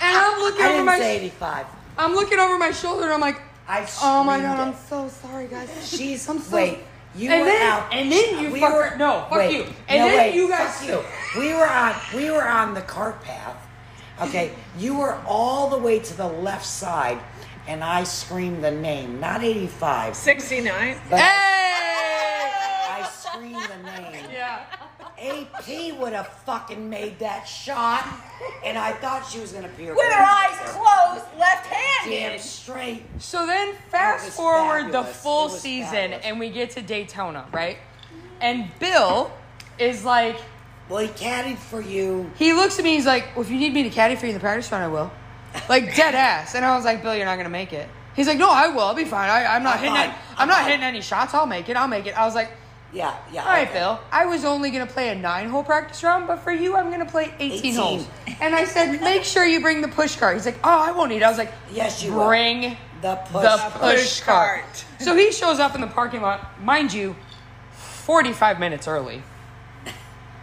Speaker 2: And I'm looking
Speaker 4: I
Speaker 2: over
Speaker 4: didn't
Speaker 2: my
Speaker 4: say 85.
Speaker 2: I'm looking over my shoulder and I'm like,
Speaker 4: I
Speaker 2: oh my
Speaker 4: screamed
Speaker 2: god, I'm
Speaker 4: it.
Speaker 2: so sorry guys.
Speaker 4: She's
Speaker 2: I'm so-
Speaker 4: wait. You
Speaker 2: And
Speaker 4: were
Speaker 2: then-
Speaker 4: out.
Speaker 2: and then you fucker- no, fuck you. And
Speaker 4: no,
Speaker 2: then
Speaker 4: wait,
Speaker 2: you guys-
Speaker 4: fuck you. We were on. We were on the cart path. Okay, you were all the way to the left side, and I screamed the name, not eighty-five.
Speaker 1: 69.
Speaker 4: But
Speaker 2: Hey!
Speaker 4: I screamed the name.
Speaker 2: Yeah.
Speaker 4: AP would have fucking made that shot, and I thought she was gonna appear
Speaker 5: With her eyes closed, left
Speaker 4: Damn
Speaker 5: handed.
Speaker 4: straight.
Speaker 2: So then, fast
Speaker 4: was
Speaker 2: forward the
Speaker 4: fabulous.
Speaker 2: full
Speaker 4: It was
Speaker 2: season,
Speaker 4: fabulous.
Speaker 2: and we get to Daytona, right? And Bill is like,
Speaker 4: Well, he caddied for you.
Speaker 2: he looks at me, he's like, well, if you need me to caddy for you in the practice round, I will. Like dead ass. And I was like, Bill, you're not gonna make it. He's like, no, I will. I'll be fine. I, I'm not
Speaker 4: I'm
Speaker 2: hitting.
Speaker 4: fine.
Speaker 2: Any, I'm not hitting any shots. I'll make it. I'll make it. I was like,
Speaker 4: Yeah, yeah.
Speaker 2: all right, Bill. I was only gonna play a nine-hole practice round, but for you, I'm gonna play 18,
Speaker 4: 18.
Speaker 2: holes. And I said, make sure you bring the push cart. He's like, oh, I won't need. it. I was like,
Speaker 4: Yes, you will.
Speaker 2: bring
Speaker 4: The push.
Speaker 2: the push cart. So he shows up in the parking lot, mind you, 45 minutes early.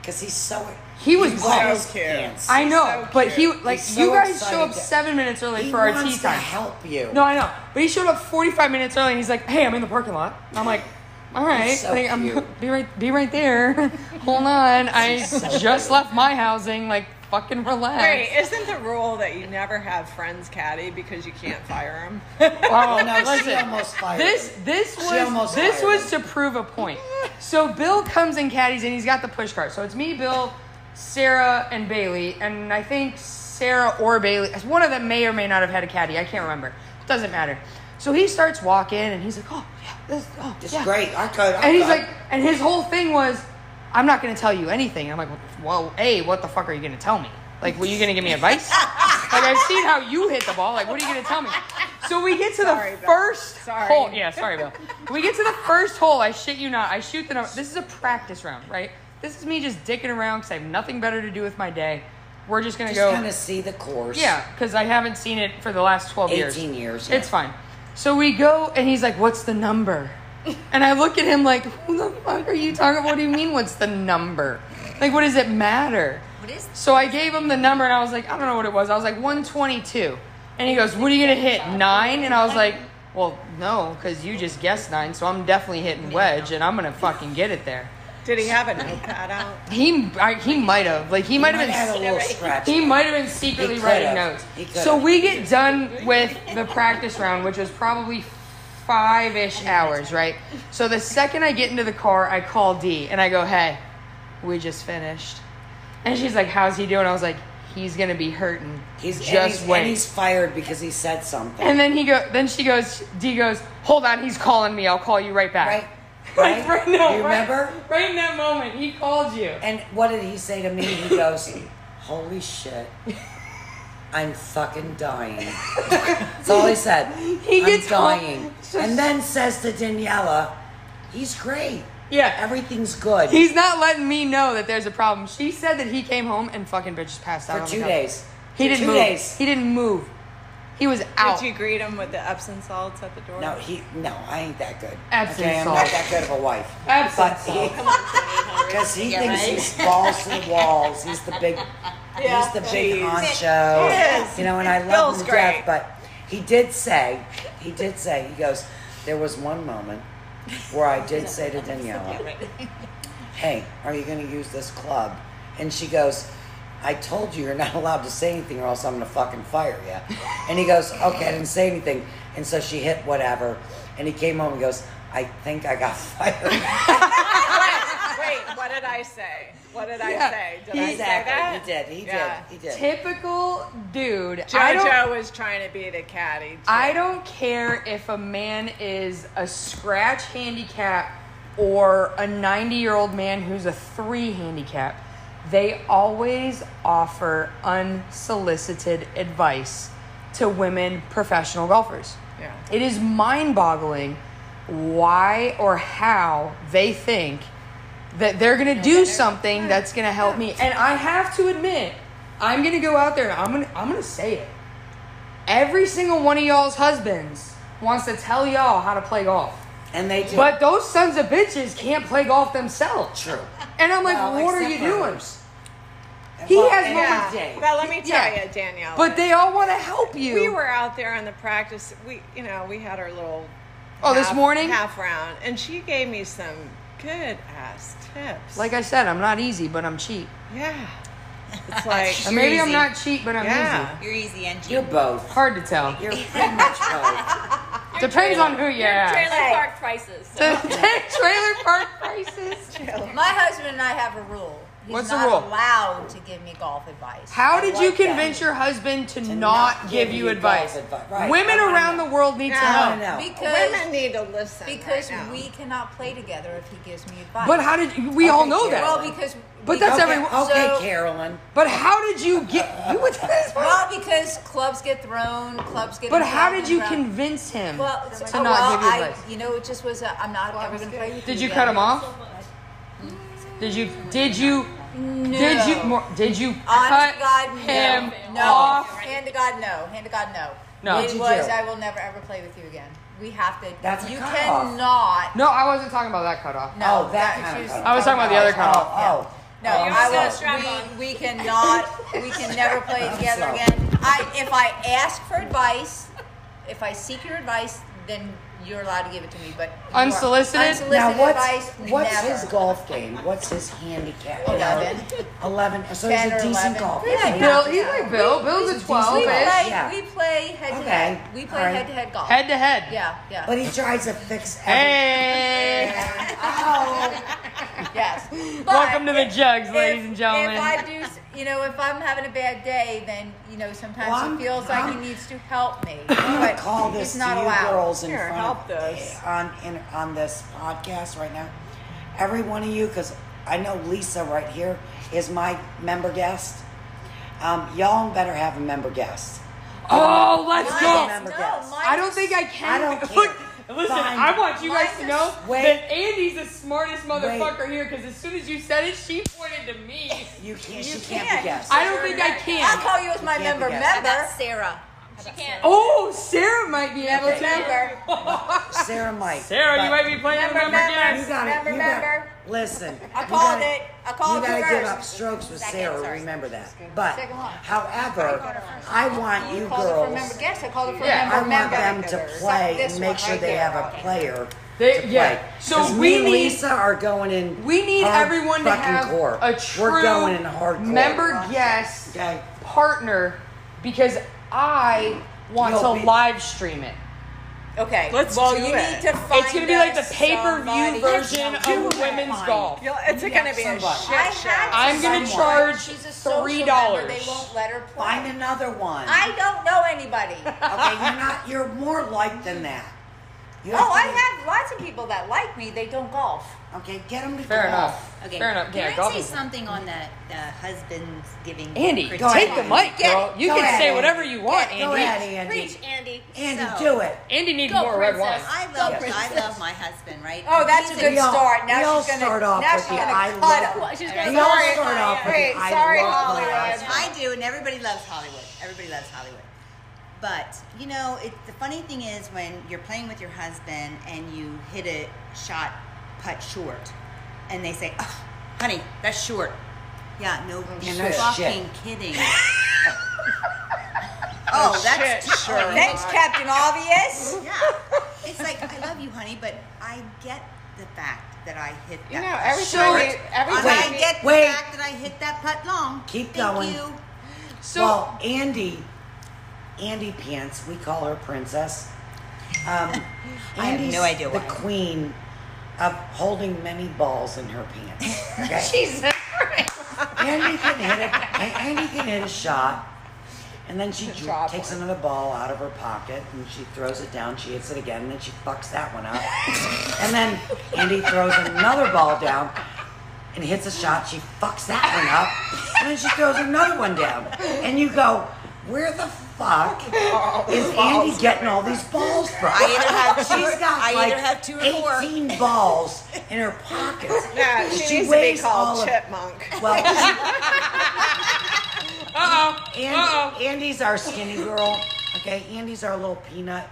Speaker 4: Because he's so.
Speaker 2: He was
Speaker 4: wet
Speaker 2: so
Speaker 4: his pants.
Speaker 2: I know, but he like
Speaker 4: He's so
Speaker 2: you guys
Speaker 4: excited
Speaker 2: show up
Speaker 4: that-
Speaker 2: seven minutes early
Speaker 4: he
Speaker 2: for our
Speaker 4: wants
Speaker 2: tea
Speaker 4: to
Speaker 2: time.
Speaker 4: help you.
Speaker 2: No, I know, but he showed up 45 minutes early, and he's like, "Hey, I'm in the parking lot." I'm like, all right,
Speaker 4: so
Speaker 2: like, I'm,
Speaker 4: cute.
Speaker 2: be right, be right there. Hold on, I just left my housing. Like, fucking relax.
Speaker 3: Wait, isn't the rule that you never have friends caddy because you can't fire them?
Speaker 2: Oh
Speaker 4: no, she
Speaker 2: listen,
Speaker 4: almost fired
Speaker 2: This
Speaker 4: him.
Speaker 2: this
Speaker 4: She
Speaker 2: was
Speaker 4: almost
Speaker 2: this
Speaker 4: fired
Speaker 2: was to prove a point. So Bill comes in caddies and he's got the push cart. So it's me, Bill, Sarah, and Bailey, and I think Sarah or Bailey. One of them may or may not have had a caddy. I can't remember. Doesn't matter. So he starts walking and he's like, oh yeah, this oh
Speaker 4: It's
Speaker 2: yeah.
Speaker 4: great. I could. I
Speaker 2: And he's
Speaker 4: could.
Speaker 2: like, and his whole thing was, I'm not going to tell you anything. I'm like, well, A, what the fuck are you going to tell me? Like, were you going to give me advice? like, I've seen how you hit the ball. Like, what are you going to tell me? So we get to
Speaker 3: Sorry,
Speaker 2: the
Speaker 3: Bill.
Speaker 2: first
Speaker 3: Sorry.
Speaker 2: hole. Yeah, sorry, Bill. We get to the first hole. I shit you not. I shoot the number. This is a practice round, right? This is me just dicking around because I have nothing better to do with my day. We're just going to
Speaker 4: just
Speaker 2: go.
Speaker 4: kind of see the course.
Speaker 2: Yeah, because I haven't seen it for the last 12 years.
Speaker 4: 18 years,
Speaker 2: It's
Speaker 4: yeah.
Speaker 2: fine. So we go, and he's like, What's the number? And I look at him like, Who the fuck are you talking What do you mean, what's the number? Like, what does it matter?
Speaker 6: What is-
Speaker 2: So I gave him the number, and I was like, I don't know what it was. I was like, 122. And he goes, What are you going to hit? Nine? And I was like, Well, no, because you just guessed nine, so I'm definitely hitting wedge, and I'm going to fucking get it there.
Speaker 3: Did he have a notepad out?
Speaker 2: He I, he might have like he might have
Speaker 4: Might
Speaker 2: been
Speaker 4: have a little scratch.
Speaker 2: he might have been secretly
Speaker 4: He
Speaker 2: writing
Speaker 4: could've.
Speaker 2: notes.
Speaker 4: He could've.
Speaker 2: So we get done with the practice round, which was probably five ish hours, right? So the second I get into the car, I call D and I go, "Hey, we just finished," and she's like, "How's he doing?" I was like, "He's gonna be hurting.
Speaker 4: He's
Speaker 2: just
Speaker 4: and he's,
Speaker 2: wait."
Speaker 4: and he's fired because he said something.
Speaker 2: And then he go. Then she goes. D goes. Hold on. He's calling me. I'll call you right back.
Speaker 4: right?
Speaker 2: Like, right now.
Speaker 4: Do you
Speaker 2: right-
Speaker 4: remember?
Speaker 2: Right in that moment, he called you.
Speaker 4: And what did he say to me? He goes, "Holy shit." I'm fucking dying. That's all he said.
Speaker 2: He gets
Speaker 4: I'm
Speaker 2: home-
Speaker 4: dying. And then says to Daniela, he's great.
Speaker 2: Yeah.
Speaker 4: Everything's good.
Speaker 2: He's not letting me know that there's a problem. She said that he came home and fucking bitch just passed out
Speaker 4: for
Speaker 2: on the
Speaker 4: two
Speaker 2: couch.
Speaker 4: days.
Speaker 2: He
Speaker 4: For
Speaker 2: didn't
Speaker 4: two
Speaker 2: move.
Speaker 4: days.
Speaker 2: He didn't move. He was out.
Speaker 3: Did you greet him with the Epsom salts at the door?
Speaker 4: No, he no, I ain't that good.
Speaker 2: Epsom
Speaker 4: okay, I'm not
Speaker 2: salt.
Speaker 4: that good of a wife.
Speaker 2: Epsom
Speaker 4: But he, because he thinks he's balls to the walls. He's the big, he's the big honcho.
Speaker 3: Yes.
Speaker 4: You know, and I love
Speaker 3: Bill's
Speaker 4: him to death.
Speaker 3: great.
Speaker 4: But he did say, he did say, he goes, there was one moment where I did say to Daniela, "Hey, are you going to use this club?" And she goes. I told you you're not allowed to say anything or else I'm gonna fucking fire you. And he goes, okay, I didn't say anything. And so she hit whatever. And he came home and goes, I think I got fired.
Speaker 3: Wait, what did I say? What did
Speaker 2: Yeah.
Speaker 3: I say? Did I say that?
Speaker 4: Exactly. He did. He did.
Speaker 3: Yeah.
Speaker 4: He did.
Speaker 2: Typical dude. I don't,
Speaker 3: JoJo was trying to be the caddy. too.
Speaker 2: I don't care if a man is a scratch handicap or a 90 year old man who's a three handicap. They always offer unsolicited advice to women professional golfers.
Speaker 3: Yeah.
Speaker 2: It is mind boggling why or how they think that they're going to do something that's going to help me. And I have to admit, I'm going to go out there and I'm going to I'm going to say it. Every single one of y'all's husbands wants to tell y'all how to play golf.
Speaker 4: And they do.
Speaker 2: But those sons of bitches can't play golf themselves.
Speaker 4: True.
Speaker 2: And I'm like,
Speaker 4: Well,
Speaker 2: what are
Speaker 4: except
Speaker 2: you
Speaker 4: for
Speaker 2: doing?
Speaker 4: hers.
Speaker 2: He
Speaker 4: Well,
Speaker 2: has
Speaker 4: and-
Speaker 2: moments.
Speaker 4: Yeah.
Speaker 3: But let me tell
Speaker 2: Yeah.
Speaker 3: you, Danielle.
Speaker 2: But they all want to help you.
Speaker 3: we were out there on the practice. We, you know, we had our little.
Speaker 2: Oh, this
Speaker 3: half-
Speaker 2: morning?
Speaker 3: half round, and she gave me some good ass tips.
Speaker 2: like I said, I'm not easy, but I'm cheap.
Speaker 3: yeah, it's like
Speaker 2: Or maybe I'm
Speaker 6: easy.
Speaker 2: not cheap, but I'm
Speaker 3: yeah.
Speaker 2: easy.
Speaker 6: You're easy and cheap.
Speaker 4: You're both.
Speaker 2: Hard to tell.
Speaker 4: You're pretty much both.
Speaker 2: Depends on who you ask.
Speaker 7: Trailer park prices. So.
Speaker 2: The trailer park prices.
Speaker 5: My husband and I have a rule. He's
Speaker 2: What's the
Speaker 5: not
Speaker 2: rule?
Speaker 5: allowed to give me golf advice.
Speaker 2: How did you
Speaker 4: like that.
Speaker 2: convince your husband to, not,
Speaker 4: not
Speaker 2: give
Speaker 4: give
Speaker 2: you
Speaker 4: you
Speaker 2: advice?
Speaker 4: golf advi- right.
Speaker 2: Women
Speaker 4: I wanna
Speaker 2: around
Speaker 4: know.
Speaker 2: the world need
Speaker 3: Yeah, I
Speaker 2: to
Speaker 4: wanna
Speaker 2: know.
Speaker 4: know.
Speaker 5: Because
Speaker 3: Women need to listen.
Speaker 5: because
Speaker 3: right now.
Speaker 5: we cannot play together if he gives me advice.
Speaker 2: But how did you, we all know that?
Speaker 5: Well, because
Speaker 2: But
Speaker 5: we-
Speaker 2: that's
Speaker 4: okay,
Speaker 2: every-
Speaker 4: okay,
Speaker 5: so-
Speaker 4: Carolyn.
Speaker 2: but how did you get you went to this
Speaker 5: well because clubs get thrown, clubs get.
Speaker 2: But
Speaker 5: thrown
Speaker 2: how did
Speaker 5: and
Speaker 2: you
Speaker 5: thrown.
Speaker 2: convince him
Speaker 5: Well,
Speaker 2: to
Speaker 5: it's-
Speaker 2: not
Speaker 5: well,
Speaker 2: give you
Speaker 5: I-
Speaker 2: advice?
Speaker 5: you know, it just was. A, I'm not ever going to play with
Speaker 2: Did
Speaker 5: you
Speaker 2: you cut
Speaker 5: again.
Speaker 2: him off? Did you did you
Speaker 5: No.
Speaker 2: did you more, did you
Speaker 5: Honest
Speaker 2: cut
Speaker 5: to God, no.
Speaker 2: him
Speaker 5: no.
Speaker 2: off?
Speaker 5: Hand to God, no. Hand to God, no.
Speaker 2: No. What'd
Speaker 5: It
Speaker 4: you
Speaker 5: was,
Speaker 4: do?
Speaker 5: I will never ever play with you again. We have to.
Speaker 4: That's a
Speaker 5: you
Speaker 4: cutoff.
Speaker 5: cannot.
Speaker 2: No, I wasn't talking about that cutoff.
Speaker 5: No,
Speaker 4: oh, that,
Speaker 5: that-
Speaker 4: kind
Speaker 5: she's-
Speaker 4: of.
Speaker 2: I was talking about the other cutoff.
Speaker 4: Oh, oh.
Speaker 5: No,
Speaker 4: Oh,
Speaker 5: I
Speaker 4: I'm
Speaker 5: will.
Speaker 4: sorry.
Speaker 5: We, we cannot. We can never play together
Speaker 4: sorry.
Speaker 5: again. I if I ask for advice, if I seek your advice, then you're allowed to give it to me. But you are-
Speaker 2: Unsolicited? Now,
Speaker 5: unsolicited
Speaker 4: now what's
Speaker 5: advice,
Speaker 4: what's
Speaker 5: never.
Speaker 4: his golf game? What's his handicap?
Speaker 5: Eleven.
Speaker 4: Eleven. So he's
Speaker 5: 10
Speaker 4: a
Speaker 5: or
Speaker 4: decent
Speaker 5: 11.
Speaker 4: golfer.
Speaker 2: Yeah, Bill, he's like Bill. Bill's a 12
Speaker 5: We
Speaker 2: ish.
Speaker 5: play,
Speaker 4: Yeah.
Speaker 5: we play head to
Speaker 4: Okay.
Speaker 5: head. We play
Speaker 4: All right.
Speaker 5: head to head golf.
Speaker 2: Head to head.
Speaker 5: yeah, yeah.
Speaker 4: But he tries to fix
Speaker 2: Hey!
Speaker 4: everything.
Speaker 5: yes. But
Speaker 2: Welcome to the jugs,
Speaker 5: if-
Speaker 2: ladies and gentlemen.
Speaker 5: If I do, s- you know, if I'm having a bad day, then you know sometimes
Speaker 4: Well, I'm-
Speaker 5: he feels like he needs to help me.
Speaker 4: I'm gonna
Speaker 5: but
Speaker 4: call this
Speaker 5: he's
Speaker 4: to
Speaker 5: not
Speaker 4: you
Speaker 5: allowed.
Speaker 4: girls in
Speaker 3: Here,
Speaker 4: front
Speaker 3: help us.
Speaker 4: of, on in, on this podcast right now. Every one of you, because I know Lisa right here is my member guest. Um, y'all better have a member guest.
Speaker 2: Oh, let's
Speaker 4: Mine
Speaker 2: go.
Speaker 4: is Remember
Speaker 5: no,
Speaker 4: this.
Speaker 5: mine
Speaker 2: I don't
Speaker 5: is-
Speaker 2: think I can.
Speaker 4: I don't
Speaker 2: Look,
Speaker 4: care.
Speaker 2: listen,
Speaker 4: Fine.
Speaker 2: I want you
Speaker 5: Mine
Speaker 2: guys to
Speaker 5: is-
Speaker 2: know
Speaker 4: Wait.
Speaker 2: that Andy's the smartest motherfucker here because as soon as you said it, she pointed to me.
Speaker 4: You can't.
Speaker 5: You
Speaker 4: she can't,
Speaker 5: can't.
Speaker 4: be guest.
Speaker 2: I don't think I
Speaker 5: I'll
Speaker 2: can.
Speaker 5: call you as my
Speaker 4: You can't
Speaker 5: member.
Speaker 4: be guessing.
Speaker 5: Member.
Speaker 10: That's Sarah.
Speaker 7: She can't.
Speaker 2: Oh, Sarah might be able to.
Speaker 5: Member.
Speaker 4: Sarah Mike.
Speaker 2: Sarah, you
Speaker 4: but
Speaker 2: might be playing the
Speaker 5: Remember,
Speaker 2: member
Speaker 4: You
Speaker 2: guest.
Speaker 4: got it.
Speaker 5: Member,
Speaker 4: you got
Speaker 5: member.
Speaker 4: Listen.
Speaker 5: I
Speaker 4: you
Speaker 5: called
Speaker 4: gotta-
Speaker 5: it. I
Speaker 4: you
Speaker 5: called you
Speaker 4: gotta give up
Speaker 5: first.
Speaker 4: strokes with
Speaker 5: Second,
Speaker 4: Sarah.
Speaker 5: sorry.
Speaker 4: Remember that. But,
Speaker 5: Second one.
Speaker 4: however, I want you
Speaker 5: Called it for member
Speaker 4: girls.
Speaker 5: guest. I called it for
Speaker 2: Yeah,
Speaker 5: member.
Speaker 4: I want
Speaker 5: member.
Speaker 4: them to play
Speaker 5: This
Speaker 4: and make
Speaker 5: one
Speaker 4: sure
Speaker 5: right
Speaker 4: they
Speaker 5: there.
Speaker 4: have a player to
Speaker 2: They,
Speaker 4: play.
Speaker 2: yeah. So
Speaker 4: 'Cause
Speaker 2: we
Speaker 4: me and
Speaker 2: need.
Speaker 4: Lisa are going in.
Speaker 2: We need
Speaker 4: hard
Speaker 2: everyone to
Speaker 4: fucking
Speaker 2: have
Speaker 4: core.
Speaker 2: a true
Speaker 4: We're going in hardcore.
Speaker 2: member guest
Speaker 4: Okay.
Speaker 2: partner because I want
Speaker 4: You'll
Speaker 2: to
Speaker 4: be-
Speaker 2: live stream it.
Speaker 5: Okay.
Speaker 3: Let's
Speaker 5: well,
Speaker 3: do
Speaker 5: you
Speaker 3: it.
Speaker 5: need to find
Speaker 2: it's gonna be like the
Speaker 5: us
Speaker 2: pay per
Speaker 5: somebody.
Speaker 2: view version
Speaker 4: Do
Speaker 2: of
Speaker 4: it.
Speaker 2: women's
Speaker 4: Fine.
Speaker 2: golf.
Speaker 3: Yo, it's gonna be a
Speaker 4: somebody.
Speaker 3: shit show.
Speaker 2: I'm gonna
Speaker 4: Someone.
Speaker 2: charge
Speaker 5: She's a social
Speaker 2: three
Speaker 5: member.
Speaker 2: dollars.
Speaker 5: They won't let her play.
Speaker 4: Find another one.
Speaker 5: I don't know anybody.
Speaker 4: okay, you're not. You're more like than that. You
Speaker 5: Oh,
Speaker 4: to
Speaker 5: I
Speaker 4: be-
Speaker 5: have lots of people that like me. They don't golf.
Speaker 4: Okay, get them to
Speaker 2: Fair
Speaker 4: go
Speaker 2: enough.
Speaker 4: off.
Speaker 6: Okay.
Speaker 2: Fair enough.
Speaker 6: Can
Speaker 2: Yeah,
Speaker 6: I
Speaker 2: golf
Speaker 6: say
Speaker 2: is-
Speaker 6: something on that uh, husband's giving?
Speaker 2: Andy,
Speaker 6: critique?
Speaker 2: take the
Speaker 4: ahead.
Speaker 2: mic,
Speaker 5: Get
Speaker 2: girl.
Speaker 5: it.
Speaker 2: You
Speaker 4: Go
Speaker 2: can
Speaker 4: ahead,
Speaker 2: say
Speaker 4: Andy.
Speaker 2: whatever you want,
Speaker 4: Go
Speaker 2: Andy.
Speaker 4: ahead, Andy.
Speaker 6: Preach, Andy.
Speaker 4: Andy,
Speaker 6: So-
Speaker 4: do it.
Speaker 2: Andy needs
Speaker 7: Go,
Speaker 2: more red wine.
Speaker 7: princess.
Speaker 6: I love, I
Speaker 5: princess.
Speaker 6: love my husband, right?
Speaker 5: Oh, that's a
Speaker 6: He's
Speaker 5: good
Speaker 4: We all-
Speaker 5: start. Now
Speaker 4: we all
Speaker 5: she's gonna
Speaker 4: start off
Speaker 5: now
Speaker 4: with
Speaker 5: she's
Speaker 4: the
Speaker 5: gonna
Speaker 4: I
Speaker 5: cut
Speaker 4: love-
Speaker 5: him.
Speaker 7: She's
Speaker 4: We
Speaker 7: going
Speaker 4: all
Speaker 7: sorry.
Speaker 4: start off with
Speaker 5: Wait,
Speaker 4: the I
Speaker 5: sorry,
Speaker 4: love my
Speaker 5: Hollywood.
Speaker 4: husband.
Speaker 6: I do, and everybody loves Hollywood. Everybody loves Hollywood. But you know, it, the funny thing is when you're playing with your husband and you hit a shot putt short, and they say, oh, "Honey, that's short." Yeah, no,
Speaker 4: shit.
Speaker 6: fucking
Speaker 4: Shit.
Speaker 6: kidding. oh, that's
Speaker 3: Shit, sure.
Speaker 5: Thanks, Captain Obvious.
Speaker 6: yeah. It's like I love you, honey, but I get the fact that I hit that.
Speaker 2: You know,
Speaker 6: putt
Speaker 2: every
Speaker 6: short.
Speaker 2: time you- every
Speaker 6: And
Speaker 4: time
Speaker 6: I
Speaker 4: you-
Speaker 6: get
Speaker 4: Wait.
Speaker 6: the fact that I hit that putt long.
Speaker 4: Keep
Speaker 6: Thank
Speaker 4: going.
Speaker 6: You.
Speaker 2: So
Speaker 4: well, Andy, Andy Pants, we call her Princess. Um,
Speaker 6: I have
Speaker 4: Andy's
Speaker 6: no idea
Speaker 4: the
Speaker 6: why.
Speaker 4: queen of holding many balls in her pants. Okay?
Speaker 2: Jesus Christ.
Speaker 4: Andy can hit a Andy can hit a shot, and then she dr- takes another ball out of her pocket and she throws it down. She hits it again, and then she fucks that one up, and then Andy throws another ball down and hits a shot. She fucks that one up, and then she throws another one down, and you go. Where the fuck is Andy getting all these balls from?
Speaker 6: I either have two-
Speaker 4: She's got
Speaker 6: I
Speaker 4: like
Speaker 6: either have two or four.
Speaker 4: 18 balls in her pockets.
Speaker 3: Yeah, she,
Speaker 4: She
Speaker 3: needs to be
Speaker 4: weighs all
Speaker 3: called
Speaker 4: of-
Speaker 3: Chipmunk.
Speaker 4: Well,
Speaker 2: Uh oh. Uh
Speaker 4: Andy, Andy's our skinny girl. Okay, Andy's our little peanut,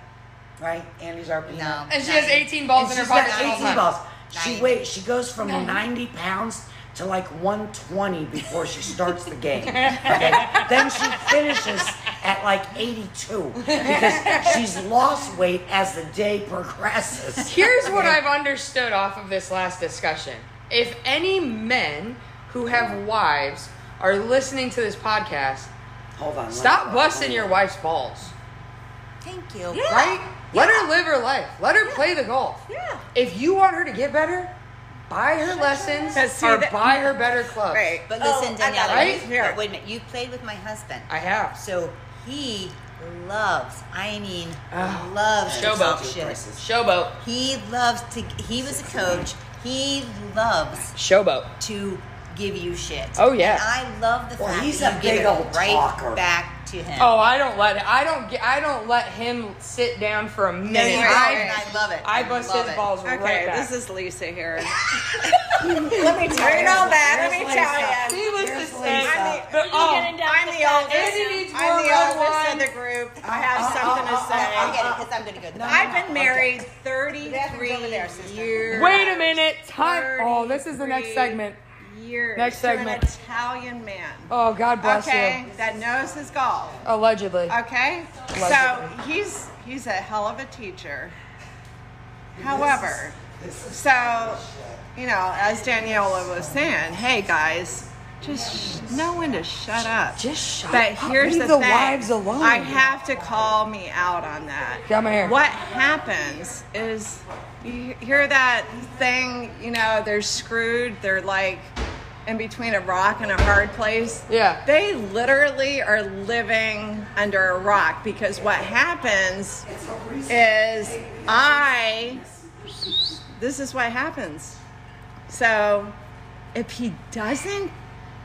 Speaker 4: right? Andy's our peanut.
Speaker 6: No.
Speaker 2: And she has 18 balls
Speaker 4: And
Speaker 2: in her
Speaker 4: she's got
Speaker 2: pocket at all
Speaker 4: 18
Speaker 2: times.
Speaker 4: balls. She
Speaker 6: Nine.
Speaker 4: wait. She goes from 90 pounds to like 120 before she starts the game. Okay, then she finishes at like 82 because she's lost weight as the day progresses.
Speaker 2: Here's what I've understood off of this last discussion. If any men who have wives are listening to this podcast,
Speaker 4: Hold on. let me-
Speaker 2: stop busting your wife's balls.
Speaker 6: Thank you.
Speaker 2: Right? Let her live her life. Let her play the golf.
Speaker 5: Yeah.
Speaker 2: If you want her to get better, buy her lessons
Speaker 3: Yeah, see,
Speaker 2: or
Speaker 3: that-
Speaker 2: buy her better clubs.
Speaker 3: Right.
Speaker 6: But
Speaker 5: Oh,
Speaker 6: listen,
Speaker 5: I got
Speaker 6: Danielle,
Speaker 2: it.
Speaker 6: you-
Speaker 2: Right?
Speaker 6: but
Speaker 3: Here.
Speaker 6: wait a minute. You played with my husband.
Speaker 2: I have.
Speaker 6: So he loves. I mean, loves
Speaker 2: Showboat.
Speaker 6: showboat shit.
Speaker 2: Showboat.
Speaker 6: He loves to. He was a coach. He loves
Speaker 2: Showboat.
Speaker 6: to give you shit.
Speaker 2: Oh, yeah.
Speaker 6: And I love the
Speaker 4: Well,
Speaker 6: fact
Speaker 4: he's
Speaker 6: that
Speaker 4: a
Speaker 6: you give
Speaker 4: big
Speaker 6: it
Speaker 4: old
Speaker 6: right
Speaker 4: talker.
Speaker 6: back to him.
Speaker 2: Oh, I don't let I don't get I don't let him sit down for a minute.
Speaker 6: no, you
Speaker 2: I,
Speaker 6: don't, and I love it.
Speaker 2: I bust
Speaker 6: love
Speaker 2: his
Speaker 6: it.
Speaker 2: balls right
Speaker 3: Okay,
Speaker 2: back.
Speaker 3: this is Lisa here.
Speaker 5: Let me turn it all back. Let me
Speaker 4: Here's
Speaker 5: tell you.
Speaker 2: Needless
Speaker 4: Here's
Speaker 2: to say,
Speaker 4: Lisa.
Speaker 2: I
Speaker 3: I'm
Speaker 2: but,
Speaker 7: Are you
Speaker 2: oh,
Speaker 7: getting down
Speaker 3: I'm
Speaker 7: with
Speaker 3: the
Speaker 7: that?
Speaker 2: Andy needs more
Speaker 3: I'm the
Speaker 2: red
Speaker 3: oldest
Speaker 2: wine.
Speaker 3: of the group. I have something to
Speaker 6: I'll
Speaker 3: say.
Speaker 6: get it because I'm going to go. to the
Speaker 3: I've been married 33
Speaker 5: over there, sister.
Speaker 3: years.
Speaker 2: Wait a minute. Time. Oh, this is the next
Speaker 3: 33
Speaker 2: segment.
Speaker 3: Years
Speaker 2: Next segment.
Speaker 3: To an Italian man.
Speaker 2: Oh, God bless
Speaker 3: okay,
Speaker 2: you.
Speaker 3: that knows his golf.
Speaker 2: Allegedly.
Speaker 3: Okay,
Speaker 2: Love
Speaker 3: so he's he's a hell of a teacher. However, so, you know, as Daniela was saying, hey guys, just sh- know when to shut up.
Speaker 2: Just shut
Speaker 3: but
Speaker 2: up.
Speaker 3: But here's
Speaker 2: Leave
Speaker 3: the,
Speaker 2: the
Speaker 3: thing.
Speaker 2: wives alone.
Speaker 3: I have to call me out on that.
Speaker 2: Come here.
Speaker 3: What happens is you hear that thing, you know, they're screwed, they're like in between a rock and a hard place.
Speaker 2: Yeah.
Speaker 3: They literally are living under a rock because what happens is I this is what happens. So if he doesn't,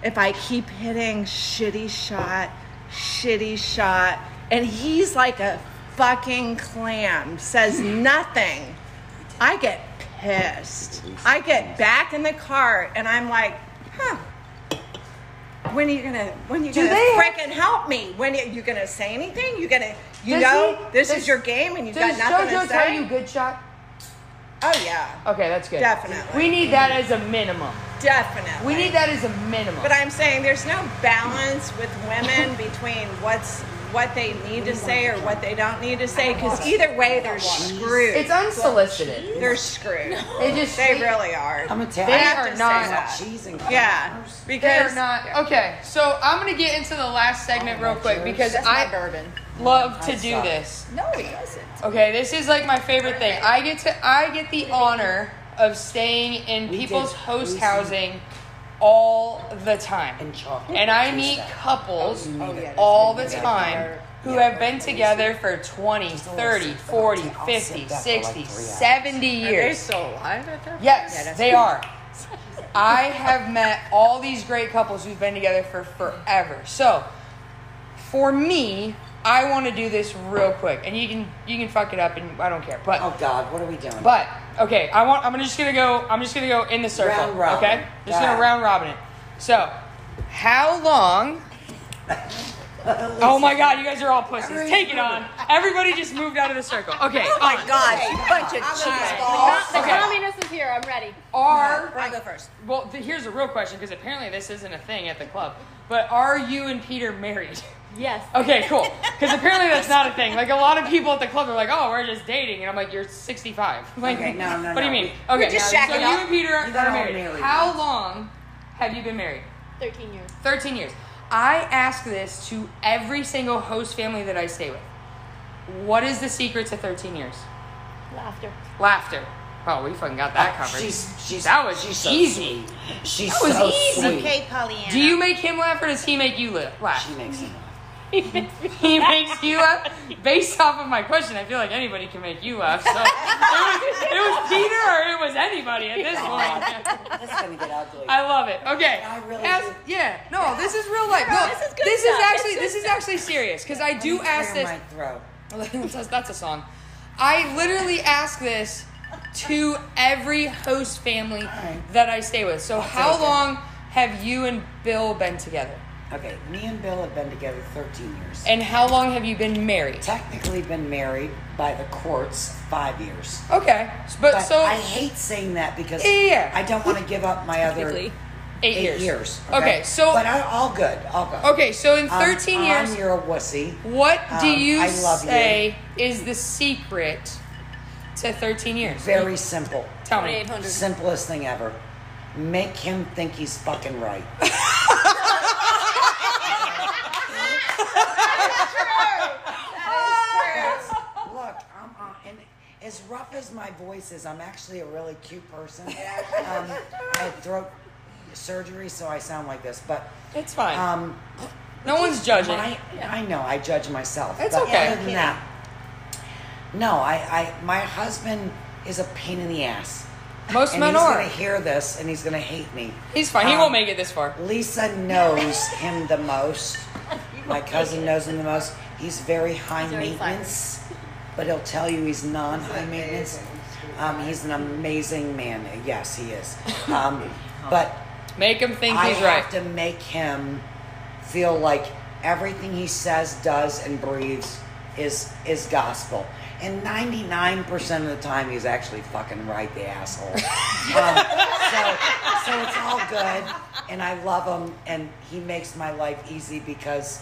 Speaker 3: if I keep hitting shitty shot, shitty shot, and he's like a fucking clam, says nothing, I get pissed. I get back in the car and I'm like, huh. When are you gonna? When are you
Speaker 2: Do
Speaker 3: gonna
Speaker 2: they have-
Speaker 3: freaking help me? When are you gonna say anything? You gonna? You
Speaker 2: Does
Speaker 3: know
Speaker 2: he-
Speaker 3: this
Speaker 2: does-
Speaker 3: is your game, and you
Speaker 2: Does
Speaker 3: got nothing
Speaker 2: JoJo
Speaker 3: to say.
Speaker 2: tell you good shot?
Speaker 3: Oh yeah,
Speaker 2: Okay, that's good.
Speaker 3: Definitely.
Speaker 2: We need that as a minimum.
Speaker 3: definitely.
Speaker 2: We need that as a minimum.
Speaker 3: But I'm saying there's no balance with women between what's what they need to say or what they don't need to say because either way they're screwed.
Speaker 2: it's unsolicited.
Speaker 3: they're screwed.
Speaker 2: They just
Speaker 3: They really are.
Speaker 4: I'm
Speaker 3: I
Speaker 4: Italian.
Speaker 3: have
Speaker 2: are
Speaker 3: to say
Speaker 2: not-
Speaker 3: that.
Speaker 4: Cheese and
Speaker 3: Yeah,
Speaker 2: They are
Speaker 3: because
Speaker 2: not okay. So I'm gonna get into the last segment real quick because
Speaker 5: That's
Speaker 2: I
Speaker 5: my bourbon.
Speaker 2: love to
Speaker 4: Oh, I
Speaker 2: do
Speaker 4: suck.
Speaker 2: this.
Speaker 5: No, it doesn't.
Speaker 2: Okay, this is like my favorite thing. I get to I get the honor of staying in
Speaker 4: We
Speaker 2: people's
Speaker 4: did
Speaker 2: host
Speaker 4: Lucy.
Speaker 2: housing all the time.
Speaker 4: And chocolate. Oh,
Speaker 2: And I
Speaker 4: Taste
Speaker 2: meet
Speaker 4: that.
Speaker 2: couples
Speaker 5: yeah,
Speaker 2: all the
Speaker 5: that's good.
Speaker 2: time who have been together for 20, 30, 40, 50, 60, 70
Speaker 3: they're
Speaker 2: years.
Speaker 3: still alive at their
Speaker 2: Yes, they are. I have met all these great couples who've been together for forever. So, for me, I want to do this real quick, and you can you can fuck it up, and I don't care. But
Speaker 4: Oh God, what are we doing?
Speaker 2: but okay, I want. I'm just gonna go. I'm just gonna go in the circle.
Speaker 4: Round robin.
Speaker 2: Okay, just
Speaker 4: Got
Speaker 2: gonna
Speaker 4: it.
Speaker 2: round robin it. So, how long? oh my God, you guys are all pussies. Take it on. Everybody just moved out of the circle. Okay. Oh my God.
Speaker 7: The
Speaker 2: Okay.
Speaker 7: communist is here. I'm ready.
Speaker 2: Are
Speaker 11: I go first.
Speaker 2: well? Th- here's a real question because apparently this isn't a thing at the club. But are you and Peter married?
Speaker 7: Yes.
Speaker 2: Okay, cool. Because apparently that's not a thing. Like a lot of people at the club are like, "Oh, we're just dating," and I'm like, "You're 65." Like,
Speaker 4: Okay, no, no,
Speaker 2: What do you
Speaker 4: no.
Speaker 2: mean? Okay,
Speaker 11: just
Speaker 2: so
Speaker 11: shacking
Speaker 2: you
Speaker 11: up.
Speaker 2: and Peter are
Speaker 4: You got all
Speaker 2: married.
Speaker 4: married.
Speaker 2: How long have you been married?
Speaker 7: 13 years.
Speaker 2: 13 years. I ask this to every single host family that I stay with. What is the secret to 13 years?
Speaker 7: Laughter.
Speaker 2: Laughter. Oh, we fucking got that covered.
Speaker 4: She's, she's,
Speaker 2: that was
Speaker 4: she's so
Speaker 2: easy.
Speaker 4: sweet. She's
Speaker 2: was
Speaker 4: so
Speaker 2: easy.
Speaker 4: sweet.
Speaker 11: Okay, Pollyanna.
Speaker 2: Do you make him laugh or does he make you li- laugh?
Speaker 4: She makes it.
Speaker 2: he makes you laugh. Based off of my question, I feel like anybody can make you laugh. So it, was, it was Peter or it was anybody at this point.
Speaker 4: That's gonna get ugly.
Speaker 2: I love it. Okay.
Speaker 4: I really
Speaker 2: Ask-
Speaker 4: do.
Speaker 2: yeah. No, this is real life. Look, this is good. This is actually this is actually serious because I do ask
Speaker 4: Clear
Speaker 2: this.
Speaker 4: my throat.
Speaker 2: that's, that's a song. I literally ask this to every host family that I stay with. So how
Speaker 4: take it.
Speaker 2: long have you and Bill been together?
Speaker 4: Okay, me and Bill have been together 13 years.
Speaker 2: And how long have you been married?
Speaker 4: Technically been married by the courts five years.
Speaker 2: Okay, but,
Speaker 4: But
Speaker 2: so
Speaker 4: I hate saying that because
Speaker 2: Yeah, yeah, yeah.
Speaker 4: I don't want to give up my other eight,
Speaker 2: eight, years.
Speaker 4: years.
Speaker 2: Okay, so
Speaker 4: but I, all good, all good.
Speaker 2: okay, so in
Speaker 4: Um,
Speaker 2: thirteen years,
Speaker 4: on, you're a wussy.
Speaker 2: what do
Speaker 4: um,
Speaker 2: you
Speaker 4: I love you.
Speaker 2: say is the secret to thirteen years?
Speaker 4: Very simple,
Speaker 2: Tell me.
Speaker 7: 800.
Speaker 4: simplest thing ever. Make him think he's fucking right. Look, I'm uh, and as rough as my voice is, I'm actually a really cute person. Um, I had throat surgery, so I sound like this, but
Speaker 2: It's fine.
Speaker 4: um,
Speaker 2: no one's judging.
Speaker 4: I, I know I judge myself.
Speaker 2: It's
Speaker 4: but
Speaker 2: okay.
Speaker 4: Other than that, no, I, I my husband is a pain in the ass.
Speaker 2: Most
Speaker 4: and
Speaker 2: men
Speaker 4: he's
Speaker 2: are.
Speaker 4: gonna hear this and he's gonna hate me.
Speaker 2: He's fine. he
Speaker 4: Um,
Speaker 2: won't make it this far.
Speaker 4: Lisa knows him the most. My cousin knows him the most. He's very high maintenance, but he'll tell you he's non-high maintenance. Um, he's an amazing man. Yes, he is. Um, but
Speaker 2: Make him think
Speaker 4: I
Speaker 2: he's
Speaker 4: have
Speaker 2: right.
Speaker 4: to make him feel like everything he says, does, and breathes is is gospel. And ninety nine percent of the time, he's actually fucking right, the asshole. um, so, so it's all good, and I love him, and he makes my life easy because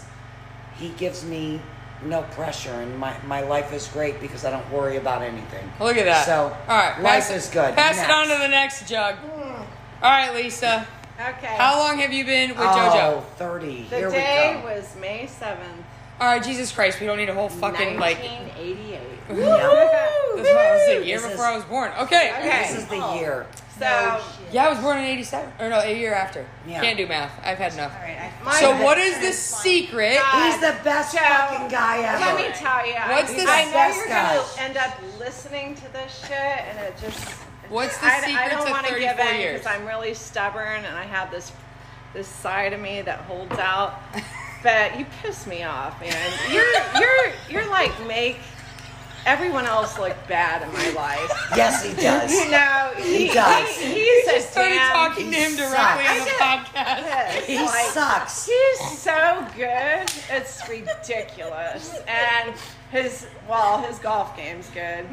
Speaker 4: he gives me no pressure, and my, my life is great because I don't worry about anything.
Speaker 1: Look at that.
Speaker 4: So,
Speaker 1: all right,
Speaker 4: life
Speaker 1: pass it-
Speaker 4: is good.
Speaker 1: Pass
Speaker 4: Next.
Speaker 1: it on to the next jug. All right, Lisa.
Speaker 3: Okay.
Speaker 1: How long have you been with
Speaker 4: Oh,
Speaker 1: JoJo?
Speaker 4: 30.
Speaker 3: The
Speaker 4: Here we
Speaker 3: day
Speaker 4: go.
Speaker 3: was May 7th.
Speaker 1: All right, Jesus Christ, we don't need a whole fucking like. This
Speaker 3: 1988.
Speaker 1: was a year
Speaker 4: This
Speaker 1: before
Speaker 4: is-
Speaker 1: I was born. Okay.
Speaker 4: This is the year.
Speaker 3: So,
Speaker 1: Yeah, I was born in '87, or no, a year after.
Speaker 4: Yeah.
Speaker 1: Can't do math. I've had enough.
Speaker 3: my
Speaker 1: So what is the secret?
Speaker 3: God.
Speaker 4: He's the best
Speaker 3: Oh. So,
Speaker 4: fucking guy ever.
Speaker 3: Let me tell you.
Speaker 1: What's
Speaker 3: I,
Speaker 1: the
Speaker 3: I know
Speaker 4: best
Speaker 3: you're
Speaker 4: guy?
Speaker 3: going to end up listening to this shit, and it just.
Speaker 1: What's the
Speaker 3: I,
Speaker 1: secret
Speaker 3: I don't
Speaker 1: to
Speaker 3: wanna
Speaker 1: 34
Speaker 3: give in
Speaker 1: years?
Speaker 3: because I'm really stubborn, and I have this this side of me that holds out. But you piss me off, man. You're you're you're like make everyone else look bad in my life.
Speaker 4: Yes, he does.
Speaker 3: You know, he,
Speaker 4: He does.
Speaker 3: he- he's a
Speaker 1: started
Speaker 3: damn
Speaker 1: talking to him directly on the podcast.
Speaker 3: piss.
Speaker 4: he
Speaker 3: Like,
Speaker 4: sucks.
Speaker 3: He's so good. It's ridiculous. And his well, his golf game's good.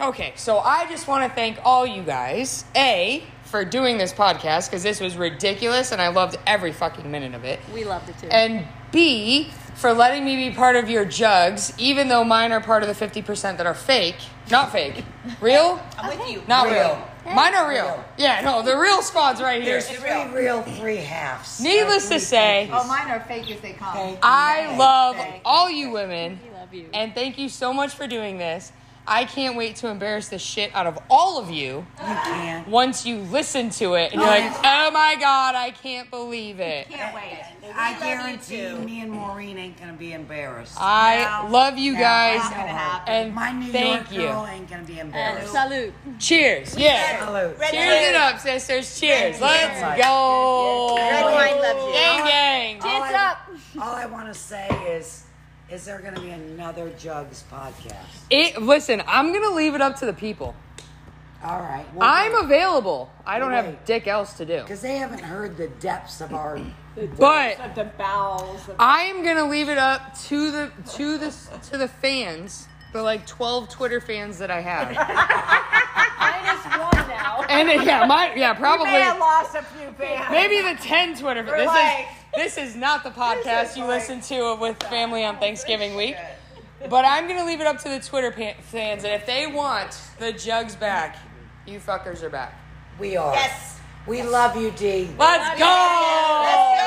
Speaker 1: Okay, so I just want to thank all you guys, A, for doing this podcast, because this was ridiculous and I loved every fucking minute of it.
Speaker 7: We loved it too.
Speaker 1: And B, for letting me be part of your jugs, even though mine are part of the 50% that are fake. Not fake. Real?
Speaker 2: I'm with you.
Speaker 1: Not real.
Speaker 4: Real.
Speaker 1: Mine are real. Yeah, no, the real squad's right here.
Speaker 4: There's three real, three halves.
Speaker 1: Needless to say,
Speaker 2: Oh, mine are fake as they come.
Speaker 1: I love all you women.
Speaker 7: We love you.
Speaker 1: And thank you so much for doing this. I can't wait to embarrass the shit out of all of you. You can. Once you listen to it and you're like, oh my god, I can't believe it.
Speaker 2: Can't wait.
Speaker 4: I guarantee me and Maureen ain't gonna be embarrassed.
Speaker 1: I love you guys.
Speaker 2: not gonna happen.
Speaker 1: And
Speaker 4: My New
Speaker 1: thank
Speaker 4: York girl ain't gonna be embarrassed.
Speaker 7: Salute.
Speaker 1: you. Cheers. Yeah.
Speaker 4: Salute.
Speaker 2: Red
Speaker 1: Cheers
Speaker 2: wine.
Speaker 1: it up, sisters. Cheers. Let's
Speaker 4: wine.
Speaker 1: go.
Speaker 2: Red wine loves you.
Speaker 1: Gang, gang.
Speaker 4: All
Speaker 7: Tits
Speaker 4: I-
Speaker 7: up.
Speaker 4: All I want to say is, is there gonna be another Jugs podcast?
Speaker 1: It, listen, I'm going to leave it up to the people.
Speaker 4: All right. well,
Speaker 1: I'm available. I don't have
Speaker 4: Right.
Speaker 1: dick else to do.
Speaker 4: Because they haven't heard the depths of our.
Speaker 1: But
Speaker 3: The bowels of
Speaker 1: I am gonna leave it up to the to the to the fans, the like twelve Twitter fans that I have,
Speaker 7: Minus one now.
Speaker 1: and it- yeah, my yeah, probably
Speaker 3: may have lost a few bands.
Speaker 1: maybe the ten Twitter. This
Speaker 3: like-
Speaker 1: is this is not the podcast you listen to with family on Thanksgiving week. But I'm gonna leave it up to the Twitter pa- fans, and if they want the jugs back, you fuckers are back.
Speaker 4: We are.
Speaker 2: Yes.
Speaker 4: We love you, D.
Speaker 1: Let's go!